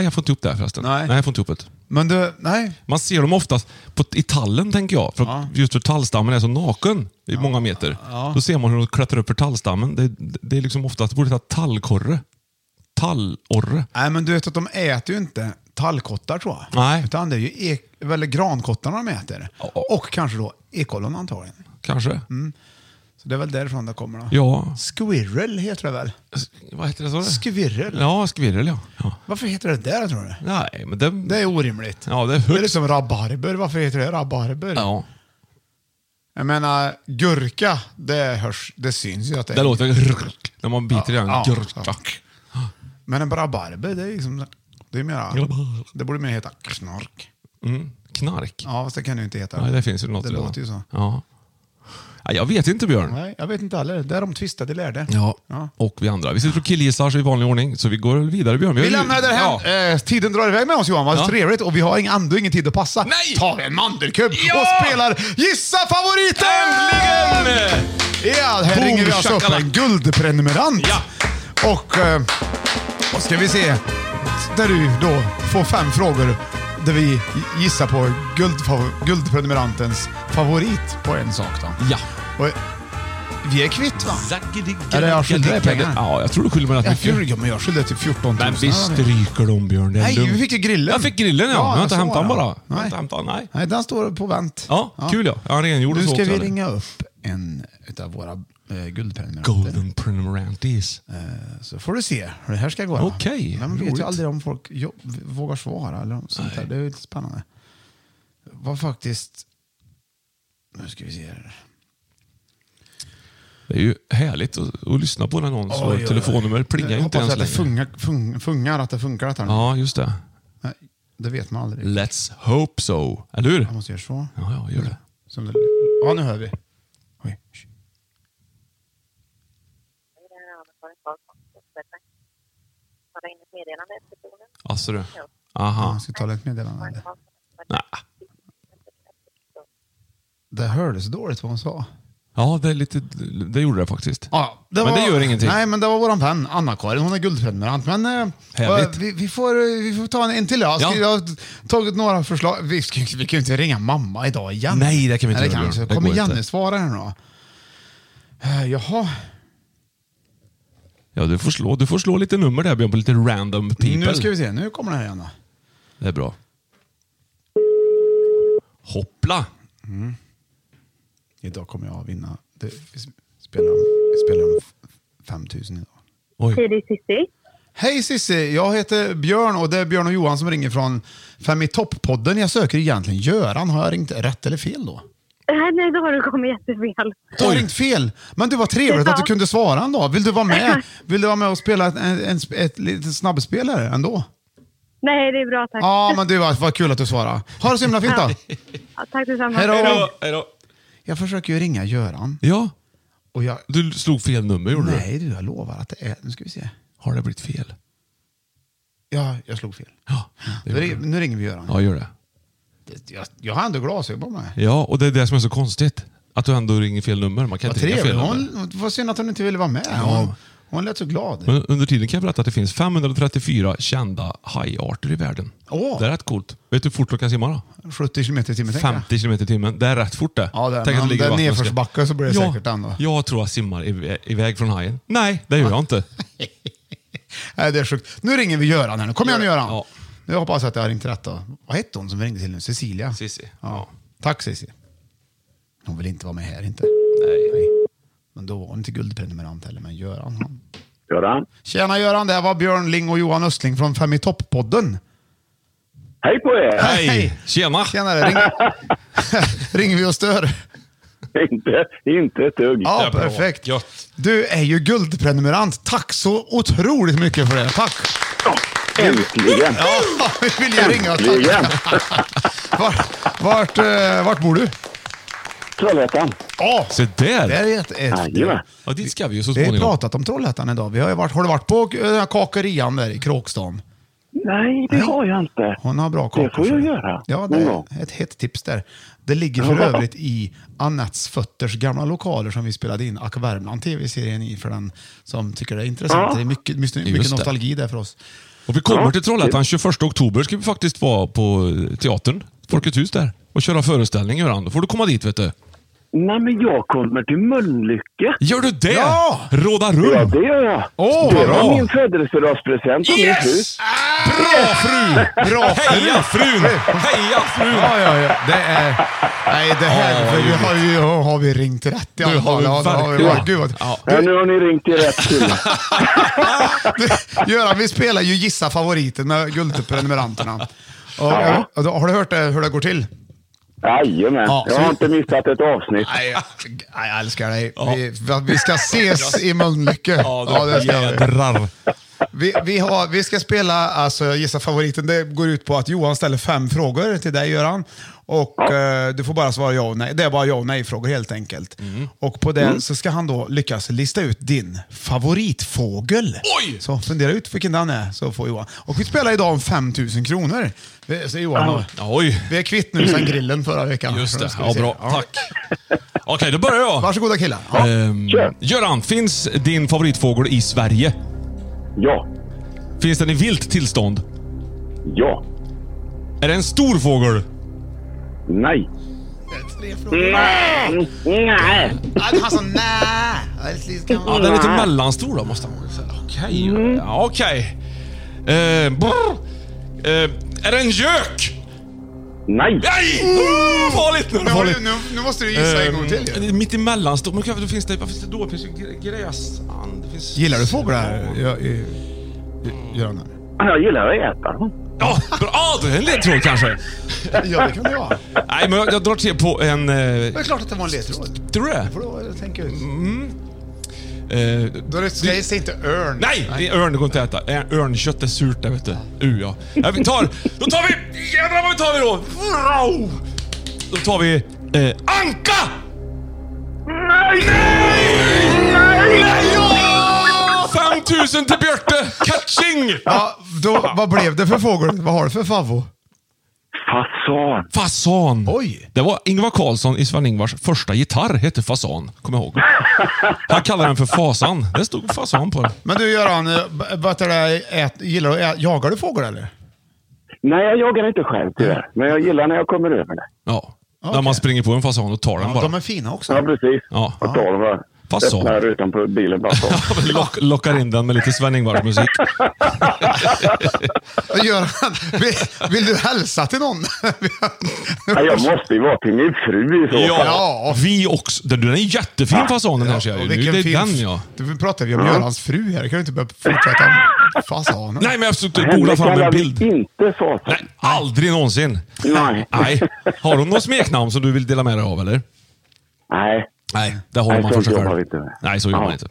S2: jag får inte ihop det här förresten.
S1: Nej.
S2: jag får inte ihop det.
S1: Men du, nej.
S2: Man ser dem oftast på, i tallen, tänker jag. För att
S1: Ja.
S2: Just för tallstammen är så naken i många meter.
S1: Ja.
S2: Då ser man hur de klättrar upp för tallstammen. Det, det, det är liksom oftast, det borde heta tallkorre. Tallorre.
S1: Nej, men du vet att de äter ju inte tallkottar tror jag.
S2: Nej.
S1: Utan det är ju ek, väl grankottarna de äter.
S2: ja.
S1: Och kanske då ekollon antagligen.
S2: Kanske.
S1: Mm. Så det är väl därifrån det kommer då.
S2: Ja.
S1: Squirrel heter det väl?
S2: S- Vad heter det? Så?
S1: Skvirrel.
S2: Ja, skvirrel ja. ja.
S1: Varför heter det där tror du?
S2: Nej, men det...
S1: Det är orimligt.
S2: Ja, det är
S1: Det är
S2: högst...
S1: liksom rabarber. Varför heter det rabarber?
S2: Ja.
S1: Jag menar, gurka, det, hörs, det syns ju att det är...
S2: Det låter rrrk när man biter i den.
S1: Ja, ja.
S2: Gurka.
S1: Men en rabarber, det är liksom... Det, är mera,
S2: Rabarber.
S1: det borde mer heta knork.
S2: Mm. Knark.
S1: Ja, fast det kan du inte heta.
S2: Nej, det finns ju något
S1: Det
S2: redan.
S1: låter ju så.
S2: Ja. Ja, jag vet inte Björn.
S1: Nej, jag vet inte heller. Där de tvistade lärde.
S2: Ja.
S1: Ja.
S2: Och vi andra. Vi sitter och killgissar så i vanlig ordning, så vi går vidare Björn.
S1: Vi
S2: har ju-
S1: lämnar det här.
S2: Ja.
S1: Eh, tiden drar iväg med oss Johan, vad
S2: Ja.
S1: trevligt. Och vi har ingen ändå ingen tid att passa.
S2: Nej!
S1: Tar en mandelkubb
S2: Ja!
S1: och spelar Gissa favoriten!
S2: Äntligen!
S1: Ja, här
S2: Boom,
S1: ringer vi alltså upp
S2: shakalaka.
S1: en guldprenumerant.
S2: Ja.
S1: Och eh, vad ska vi se. Där du då får fem frågor där vi gissar på guldfav- guldprenumerantens favorit på en sak. Då.
S2: Ja.
S1: Och, vi är kvitt va?
S2: Zackedicka-
S1: Eller jag skyller dig pengar.
S2: Ja, jag tror du skyller mig rätt
S1: Jag tror-
S2: mycket.
S1: Ja, men jag skyllde typ 14 000.
S2: Men vi stryker dem Björn. Det är
S1: Nej,
S2: lugnt.
S1: vi fick ju grillen.
S2: Jag fick grillen ja.
S1: Ja,
S2: jag har
S1: jag
S2: inte
S1: sa
S2: hämtat den
S1: det.
S2: bara. Jag har
S1: Nej.
S2: inte hämtat den, nej.
S1: Nej, den står på vänt.
S2: Ja, kul ja. Ja, rengjord och
S1: Nu
S2: så
S1: ska
S2: också,
S1: vi
S2: eller?
S1: ringa upp en av våra eh, guldprenumeranter.
S2: Golden prenumerantes.
S1: Så får du se hur det här ska gå. då.
S2: Okej,
S1: Men Man vet
S2: roligt.
S1: ju aldrig om folk jo- vågar svara eller om sånt där. Det är ju lite spännande. Var faktiskt... Nu ska vi se här.
S2: Det är ju härligt att, att lyssna på när någon
S1: Oj, oj,
S2: slår
S1: oj.
S2: telefonnummer. plingar
S1: Jag
S2: ju inte
S1: hoppas
S2: ens
S1: att det
S2: längre.
S1: fungar, fung, fungar, att det funkar detta. nu.
S2: Ja, just det.
S1: Nej, det vet man aldrig.
S2: Let's hope so. Eller hur?
S1: Man måste göra så.
S2: Ja, ja, gör det.
S1: Som det... Ja, nu hör vi. Oj.
S2: Alltså du.
S1: Ja,
S2: Aha.
S1: Jag ska ta ett meddelande.
S2: Nej.
S1: Det hördes dåligt vad hon sa.
S2: Ja, det, är lite, det gjorde det faktiskt. men det gör ingenting.
S1: Nej, men det var våran vän Anna-Karin. Hon är guldprenumerant. Men eh,
S2: Härligt.
S1: vi, vi, får, eh, vi får ta en, en till. Jag, ska,
S2: Ja.
S1: jag har tagit några förslag. Vi, ska, vi kan ju inte ringa mamma idag igen.
S2: Nej, det kan vi inte
S1: Nej,
S2: göra,
S1: kan
S2: Björn.
S1: inte.
S2: Det
S1: Kommer
S2: går
S1: Janne
S2: inte.
S1: svara här nu då? Eh, Jaha.
S2: Ja, du får, slå, du får slå lite nummer där Björn, på lite random people.
S1: Nu ska vi se. Nu kommer det här igen då.
S2: Det är bra. Hoppla!
S1: Idag kommer jag vinna. Det, vi spelar om, vi spelar om f- 5000 idag.
S2: Oj.
S7: Hej, Cissi.
S1: Hej Sissi, jag heter Björn och det är Björn och Johan som ringer från Fem i topp-podden. Jag söker egentligen Göran. Har jag ringt rätt eller fel då?
S7: Nej, nej, då har du kommit jättefel.
S1: Du har ringt fel. Men du var trevligt att du kunde svara ändå. Vill du vara med, Vill du vara med och spela ett, en, en, ett litet snabbspel här ändå?
S7: Nej, det är bra tack.
S1: Ja, men du, vad vad kul att du svarade. Ha det så himla fint då.
S7: Ja, tack detsamma.
S1: Hej då.
S2: Hej då.
S1: Jag försöker ju ringa Göran.
S2: Ja.
S1: Och jag...
S2: Du slog fel nummer gjorde du?
S1: Nej, du, jag lovar att det är... Nu ska vi se.
S2: Har det blivit fel?
S1: Ja, jag slog fel.
S2: Ja,
S1: nu,
S2: det gjorde
S1: ring-
S2: du.
S1: nu ringer vi Göran.
S2: Ja, gör det.
S1: Det- Jag, jag har ändå glasögon på mig.
S2: Ja, och det är det som är så konstigt. Att du ändå ringer fel nummer. Man kan
S1: Vad
S2: inte ringa
S1: trevligt.
S2: fel nummer.
S1: Hon, vad synd att hon inte ville vara med. Hon, hon lät så glad.
S2: Men under tiden kan jag berätta att det finns 534 kända hajarter i världen.
S1: Åh.
S2: Det är rätt coolt. Vet du hur fort de kan simma då?
S1: 70 km i timmen tänker jag.
S2: 50 km i timmen. Det är rätt fort det.
S1: Ja, det är,
S2: Tänk att
S1: men
S2: ligger i
S1: det är
S2: vattnet och ska-
S1: nedförsbacke så blir det
S2: ja,
S1: säkert ändå.
S2: Jag tror jag simmar iv- iväg från hajen. Nej, det gör jag inte.
S1: Nej, det är sjukt. Nu ringer vi Göran här nu. Kom igen nu Göran.
S2: Ja.
S1: Nu hoppas jag att jag har ringt rätt då. Vad hette hon som ringde till nu? Cecilia?
S2: Cissi.
S1: Ja. Tack Cissi. Hon vill inte vara med här inte.
S2: Nej.
S1: Men då var hon inte guldprenumerant heller. Men Göran han.
S8: Göran?
S1: Tjena Göran, det här var Björn Ling och Johan Östling från Fem i topp-podden.
S8: Hej på er!
S2: Hej! Tjena!
S1: Tjenare, ring... ringer vi och stör?
S8: inte, inte ett dugg.
S1: Ja, perfekt. Du är ju guldprenumerant. Tack så otroligt mycket för det. Tack!
S8: Äntligen!
S1: Ja, vi vill ju ringa och
S8: Äntligen!
S1: tacka. Vart, vart, eh, vart bor du?
S8: Trollhättan.
S1: Ja,
S2: Se där!
S1: det är jätte...
S8: Jajamän.
S2: Ja, dit ska vi ju så
S1: Vi har ju
S2: småningom.
S1: pratat om Trollhättan idag. Vi har, ju varit, har du varit på eh, den här kakerian där i Kråkstan?
S8: Nej, det har jag inte.
S1: Hon har bra kakor.
S8: Det får jag göra.
S1: Ja, det
S8: någon gång.
S1: är ett hett tips där. Det ligger för
S8: Ja.
S1: övrigt i Annettes Fötters gamla lokaler som vi spelade in Ack Värmland TV-serien i för den som tycker det är intressant.
S8: Ja.
S1: Det är mycket, mycket,
S2: Just
S1: mycket
S2: det.
S1: nostalgi där för oss.
S2: Och vi kommer
S8: Ja.
S2: till Trollhättan 21 oktober. ska vi faktiskt vara på teatern, Folkets hus där, och köra föreställning Göran. Då får du komma dit vet du.
S8: Nej, men jag kommer till Mölnlycke.
S2: Gör du det?
S1: Ja!
S2: Råda
S8: Ja,
S2: rum!
S8: det gör jag.
S1: Åh,
S8: det
S1: vad bra.
S8: var min födelsedagspresent av min fru.
S2: Yes! Bra fru!
S1: Bra!
S2: Heja frun! Heja frun!
S1: Ja, ja, ja. Det är... Nej, det
S2: Ja,
S1: här
S2: vad
S1: vi har, ju, har vi ringt rätt i alla
S2: har
S1: fall.
S2: vi
S1: Ja, det har vi
S2: verkligen-
S1: varit. Gud, vad-
S2: Ja.
S8: Ja, nu har ni ringt till rätt kille.
S1: Du, Göran, vi spelar ju Gissa favoriten med guldprenumeranterna. Och,
S8: Ja.
S1: och då, har du hört det, hur det går till?
S8: Jajamän.
S1: Ja,
S8: Jag
S1: så-
S8: har inte missat ett avsnitt.
S1: Nej, jag, nej, jag älskar dig. Vi, vi ska ses i Mölnlycke.
S2: Ja,
S1: det ska vi.
S2: jädrar.
S1: Vi, vi, har, vi ska spela, alltså gissa favoriten, det går ut på att Johan ställer fem frågor till dig Göran. Och eh, du får bara svara ja och nej. Det är bara ja och nej-frågor helt enkelt.
S2: Mm.
S1: Och på det så ska han då lyckas lista ut din favoritfågel.
S2: Oj!
S1: Så fundera ut vilken den är, så får Johan. Och vi spelar idag om 5000 kronor. Vi- Så Johan, och-
S2: Oj,
S1: vi är kvitt nu sedan grillen förra veckan.
S2: just
S1: Så nu
S2: det.
S1: ska vi
S2: Ja,
S1: se.
S2: bra.
S1: Ja.
S2: Tack. Okej, då börjar jag.
S1: Varsågoda killar. Ja.
S2: Ehm,
S8: Kör.
S2: Göran, finns din favoritfågel i Sverige?
S8: Ja.
S2: Finns den i vilt tillstånd?
S8: Ja.
S2: Är det en stor fågel?
S8: Nej. Nej. Nej.
S1: Han sa nej. Mm.
S2: Ja, den är lite mellanstor då, måste man väl säga. Okej. Ja, okej. Eh, brr. Eh, är det en gök?
S8: Nej.
S2: Nej! Oh, farligt! Nu,
S1: Nu, har
S2: farligt.
S1: du, Mm. nu, nu måste du gissa en gång till. ju.
S2: Eh, Mitt emellan står... Men gud, då finns det... Vad finns det då? Det finns ju gr- gräsand. Det finns...
S1: Gillar du fåglar, Gö- Gö- Göran?
S8: Jag gillar att äta dem.
S2: Ja, bra. Ah, det är en ledtråd kanske.
S1: Ja, det kan det vara.
S2: Nej, men jag, jag drar till på en... Eh,
S1: Det är klart att det var en ledtråd.
S2: tror du det?
S1: För då, jag tänker jag.
S2: Eh,
S1: Då är det, säg, säg inte örn.
S2: nej, det är örn. Det går inte att äta. Ä- Örnkött är surt det, vet du. Uh, ja. ja. Vi tar... Då tar vi... Jävlar vad vi tar vi då! Wow! Då tar vi... Eh, anka!
S8: Nej! Nej! Nej!
S2: Ja! 5000 till Björte! Catching!
S1: Ja, då, vad blev det för fågel? Vad har du för favvo?
S8: Fasan.
S2: Fasan!
S1: Oj.
S2: Det var Ingvar Carlsson i Sven-Ingvars första gitarr, hette Fasan. Kommer jag ihåg. Han kallade den för Fasan. Det stod Fasan på den.
S1: Men du Göran, eh, b- vad heter det, ät, gillar du, ät, jagar du fågel eller?
S8: Nej, jag jagar inte själv tyvärr. Men jag gillar när jag kommer över det.
S2: Ja. När
S1: Okej.
S2: man springer på en fasan och tar den
S1: Ja, de
S2: bara.
S1: är fina också.
S8: Ja, precis.
S2: Ja.
S8: Och tar dem bara.
S2: Fasan.
S8: Öppnar rutan på bilen bakom.
S2: Lock, lockar in den med lite Sven-Ingvars musik.
S1: Göran, vill, vill du hälsa till någon?
S8: Nej, jag måste ju vara till min fru i så fall.
S1: Ja.
S2: Vi också. Den den är jättefin fasanen här ser jag ju.
S1: och
S2: Nu,
S1: vilken
S2: Det är
S1: fin
S2: den
S1: f-
S2: ja.
S1: Du pratar vi om Görans fru här. Kan du inte börja fortsätta om fasaner?
S2: Nej, men jag försökte
S8: Henne
S2: googla fram
S8: kallar
S2: en
S8: vi
S2: bild.
S8: inte Fasan.
S2: Nej, aldrig någonsin.
S8: Nej.
S2: Nej. Har hon något smeknamn som du vill dela med dig av eller?
S8: Nej.
S2: Nej, det håller
S8: Nej,
S2: man
S8: så
S2: för sig
S8: jobbar
S2: själv.
S8: vi inte med.
S2: Nej, så jobbar
S8: Ja.
S2: man inte.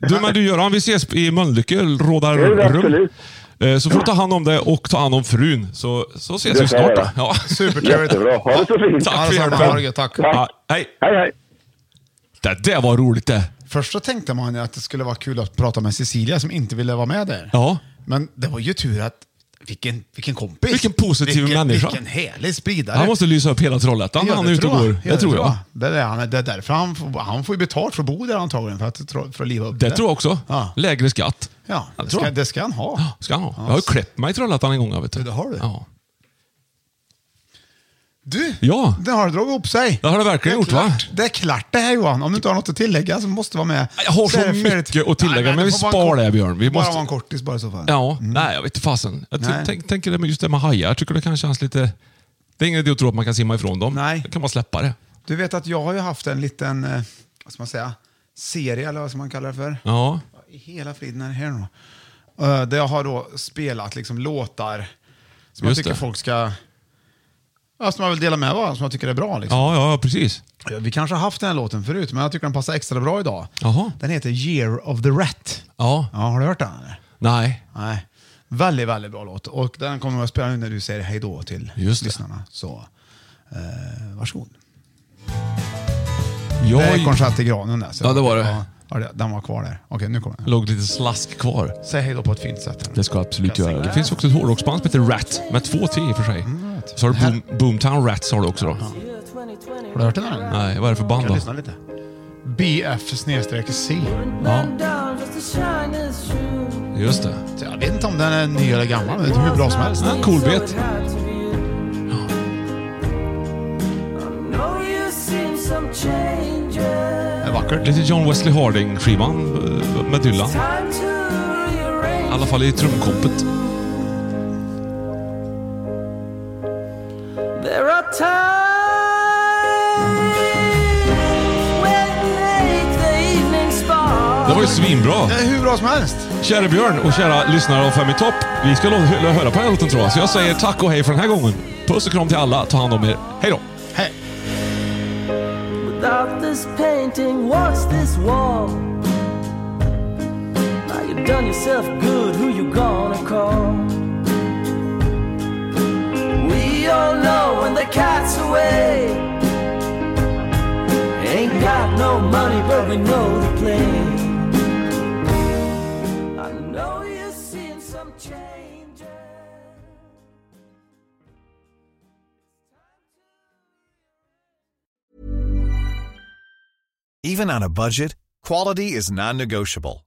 S2: Du, du, men du Göran, vi ses i Mölnlycke, Råda
S8: Det är det
S2: rum.
S8: absolut.
S2: Eh, Så får du ta hand om dig och ta hand om frun, så, så ses
S1: Det
S2: vi
S1: ska jag
S2: snart.
S1: göra.
S2: Ja.
S1: Supertrevligt. Jättebra. Ha det så fint.
S2: Tack
S1: Ha
S2: för
S1: detsamma.
S2: hjälpen.
S1: Ha det gött, tack. Tack.
S2: Ja, hej.
S8: Hej, hej.
S2: Det där var roligt det.
S1: Först så tänkte man ju att det skulle vara kul att prata med Cecilia som inte ville vara med där.
S2: Ja.
S1: Men det var ju tur att vilken, vilken kompis.
S2: Vilken positiv
S1: vilken,
S2: människa.
S1: Vilken härlig spridare.
S2: Han måste lysa upp hela Trollhättan när
S1: Ja,
S2: han
S1: det
S2: är ute och
S1: tror
S2: går. Det tror jag.
S1: Det är, han, det är därför han, får- han får ju betalt för att bo där antagligen, för att, för att liva upp
S2: Det tror jag också. Lägre skatt.
S1: Ja,
S2: Jag
S1: det
S2: tror
S1: ska,
S2: han.
S1: det ska han ha.
S2: Ska han ha.
S1: Ja,
S2: Jag har ju
S1: så-
S2: kläppt mig i Trollhättan en gång. jag Vet du.
S1: Det har du.
S2: Ja.
S1: Du,
S2: ja.
S1: det har dragit ihop sig.
S2: Det har det verkligen gjort, va?
S1: Klart. Det är klart det här Johan. Om du inte har något att tillägga så måste du vara med.
S2: Jag har
S1: Så är
S2: så
S1: det färdigt.
S2: mycket att tillägga,
S1: Nej, du
S2: men vi
S1: får vara
S2: sparar
S1: en
S2: det
S1: kort-
S2: här, Björn. Vi
S1: bara
S2: måste-
S1: vara en kortis bara i så fall.
S2: Ja, nej jag vet inte fasen. Jag ty-
S1: Mm. Nej.
S2: tänk, tänker det med just det med hajar, tycker det kanske känns lite... Det är ingen idé att tro att man kan simma ifrån dem. Nej. Då kan man släppa det.
S1: Du vet att jag har ju haft en liten, eh, vad ska man säga, serie eller vad ska man kalla det för?
S2: Ja.
S1: I hela friden är det här nu. Eh, Där jag har då spelat liksom låtar som jag
S2: Just
S1: tycker
S2: det.
S1: folk ska, ja, som jag vill dela med mig av, som jag tycker är bra. Liksom.
S2: Ja, ja, precis.
S1: Eh, Vi kanske har haft den här låten förut, men jag tycker den passar extra bra idag.
S2: Jaha.
S1: Den heter Year of the Rat.
S2: Ja.
S1: ja har du hört den? Eller?
S2: Nej.
S1: Nej. Väldigt, väldigt bra låt. Och den kommer jag spela nu när du säger hej då till lyssnarna. Så, eh, varsågod.
S2: Jag...
S1: Det är koncert i granen där. så-
S2: Ja, det var det.
S1: Ja, det- den var kvar där. Okej, nu kommer den.
S2: Låg lite slask kvar.
S1: Säg hej då på ett fint sätt.
S2: Det ska jag absolut göra. Det finns också ett hårdrocksband som heter Rat, med två T i och för sig.
S1: Mm,
S2: Så har du boom, Boomtown Rats har du också då.
S1: Har du hört den här?
S2: Nej, vad är det för band
S1: Kan
S2: då?
S1: jag lyssna lite? BF snedstreck C.
S2: Ja, just det.
S1: Så Jag vet inte om den är ny eller gammal, men det är typ hur bra som helst.
S2: Ja, cool bit.
S1: Det är vackert.
S2: Lite John Wesley Harding-skivan eh, med Dylan. I alla fall i trumkompet.
S9: There are times when late the evening spark.
S2: Det var ju svinbra.
S1: Det är hur bra som helst.
S2: Kära Björn och kära lyssnare av Fem i topp. Vi ska lå- hö- höra på den här låten tror jag. Så jag säger tack och hej för den här gången. Puss och kram till alla. Ta hand om er. Hej då!
S1: Hej!
S9: Without this painting, what's this wall? Now you done yourself good, who you gonna call? We all know when the cat's away. Ain't got no money, but we know the play. I know you've seen some changes.
S10: Even on a budget, quality is non-negotiable.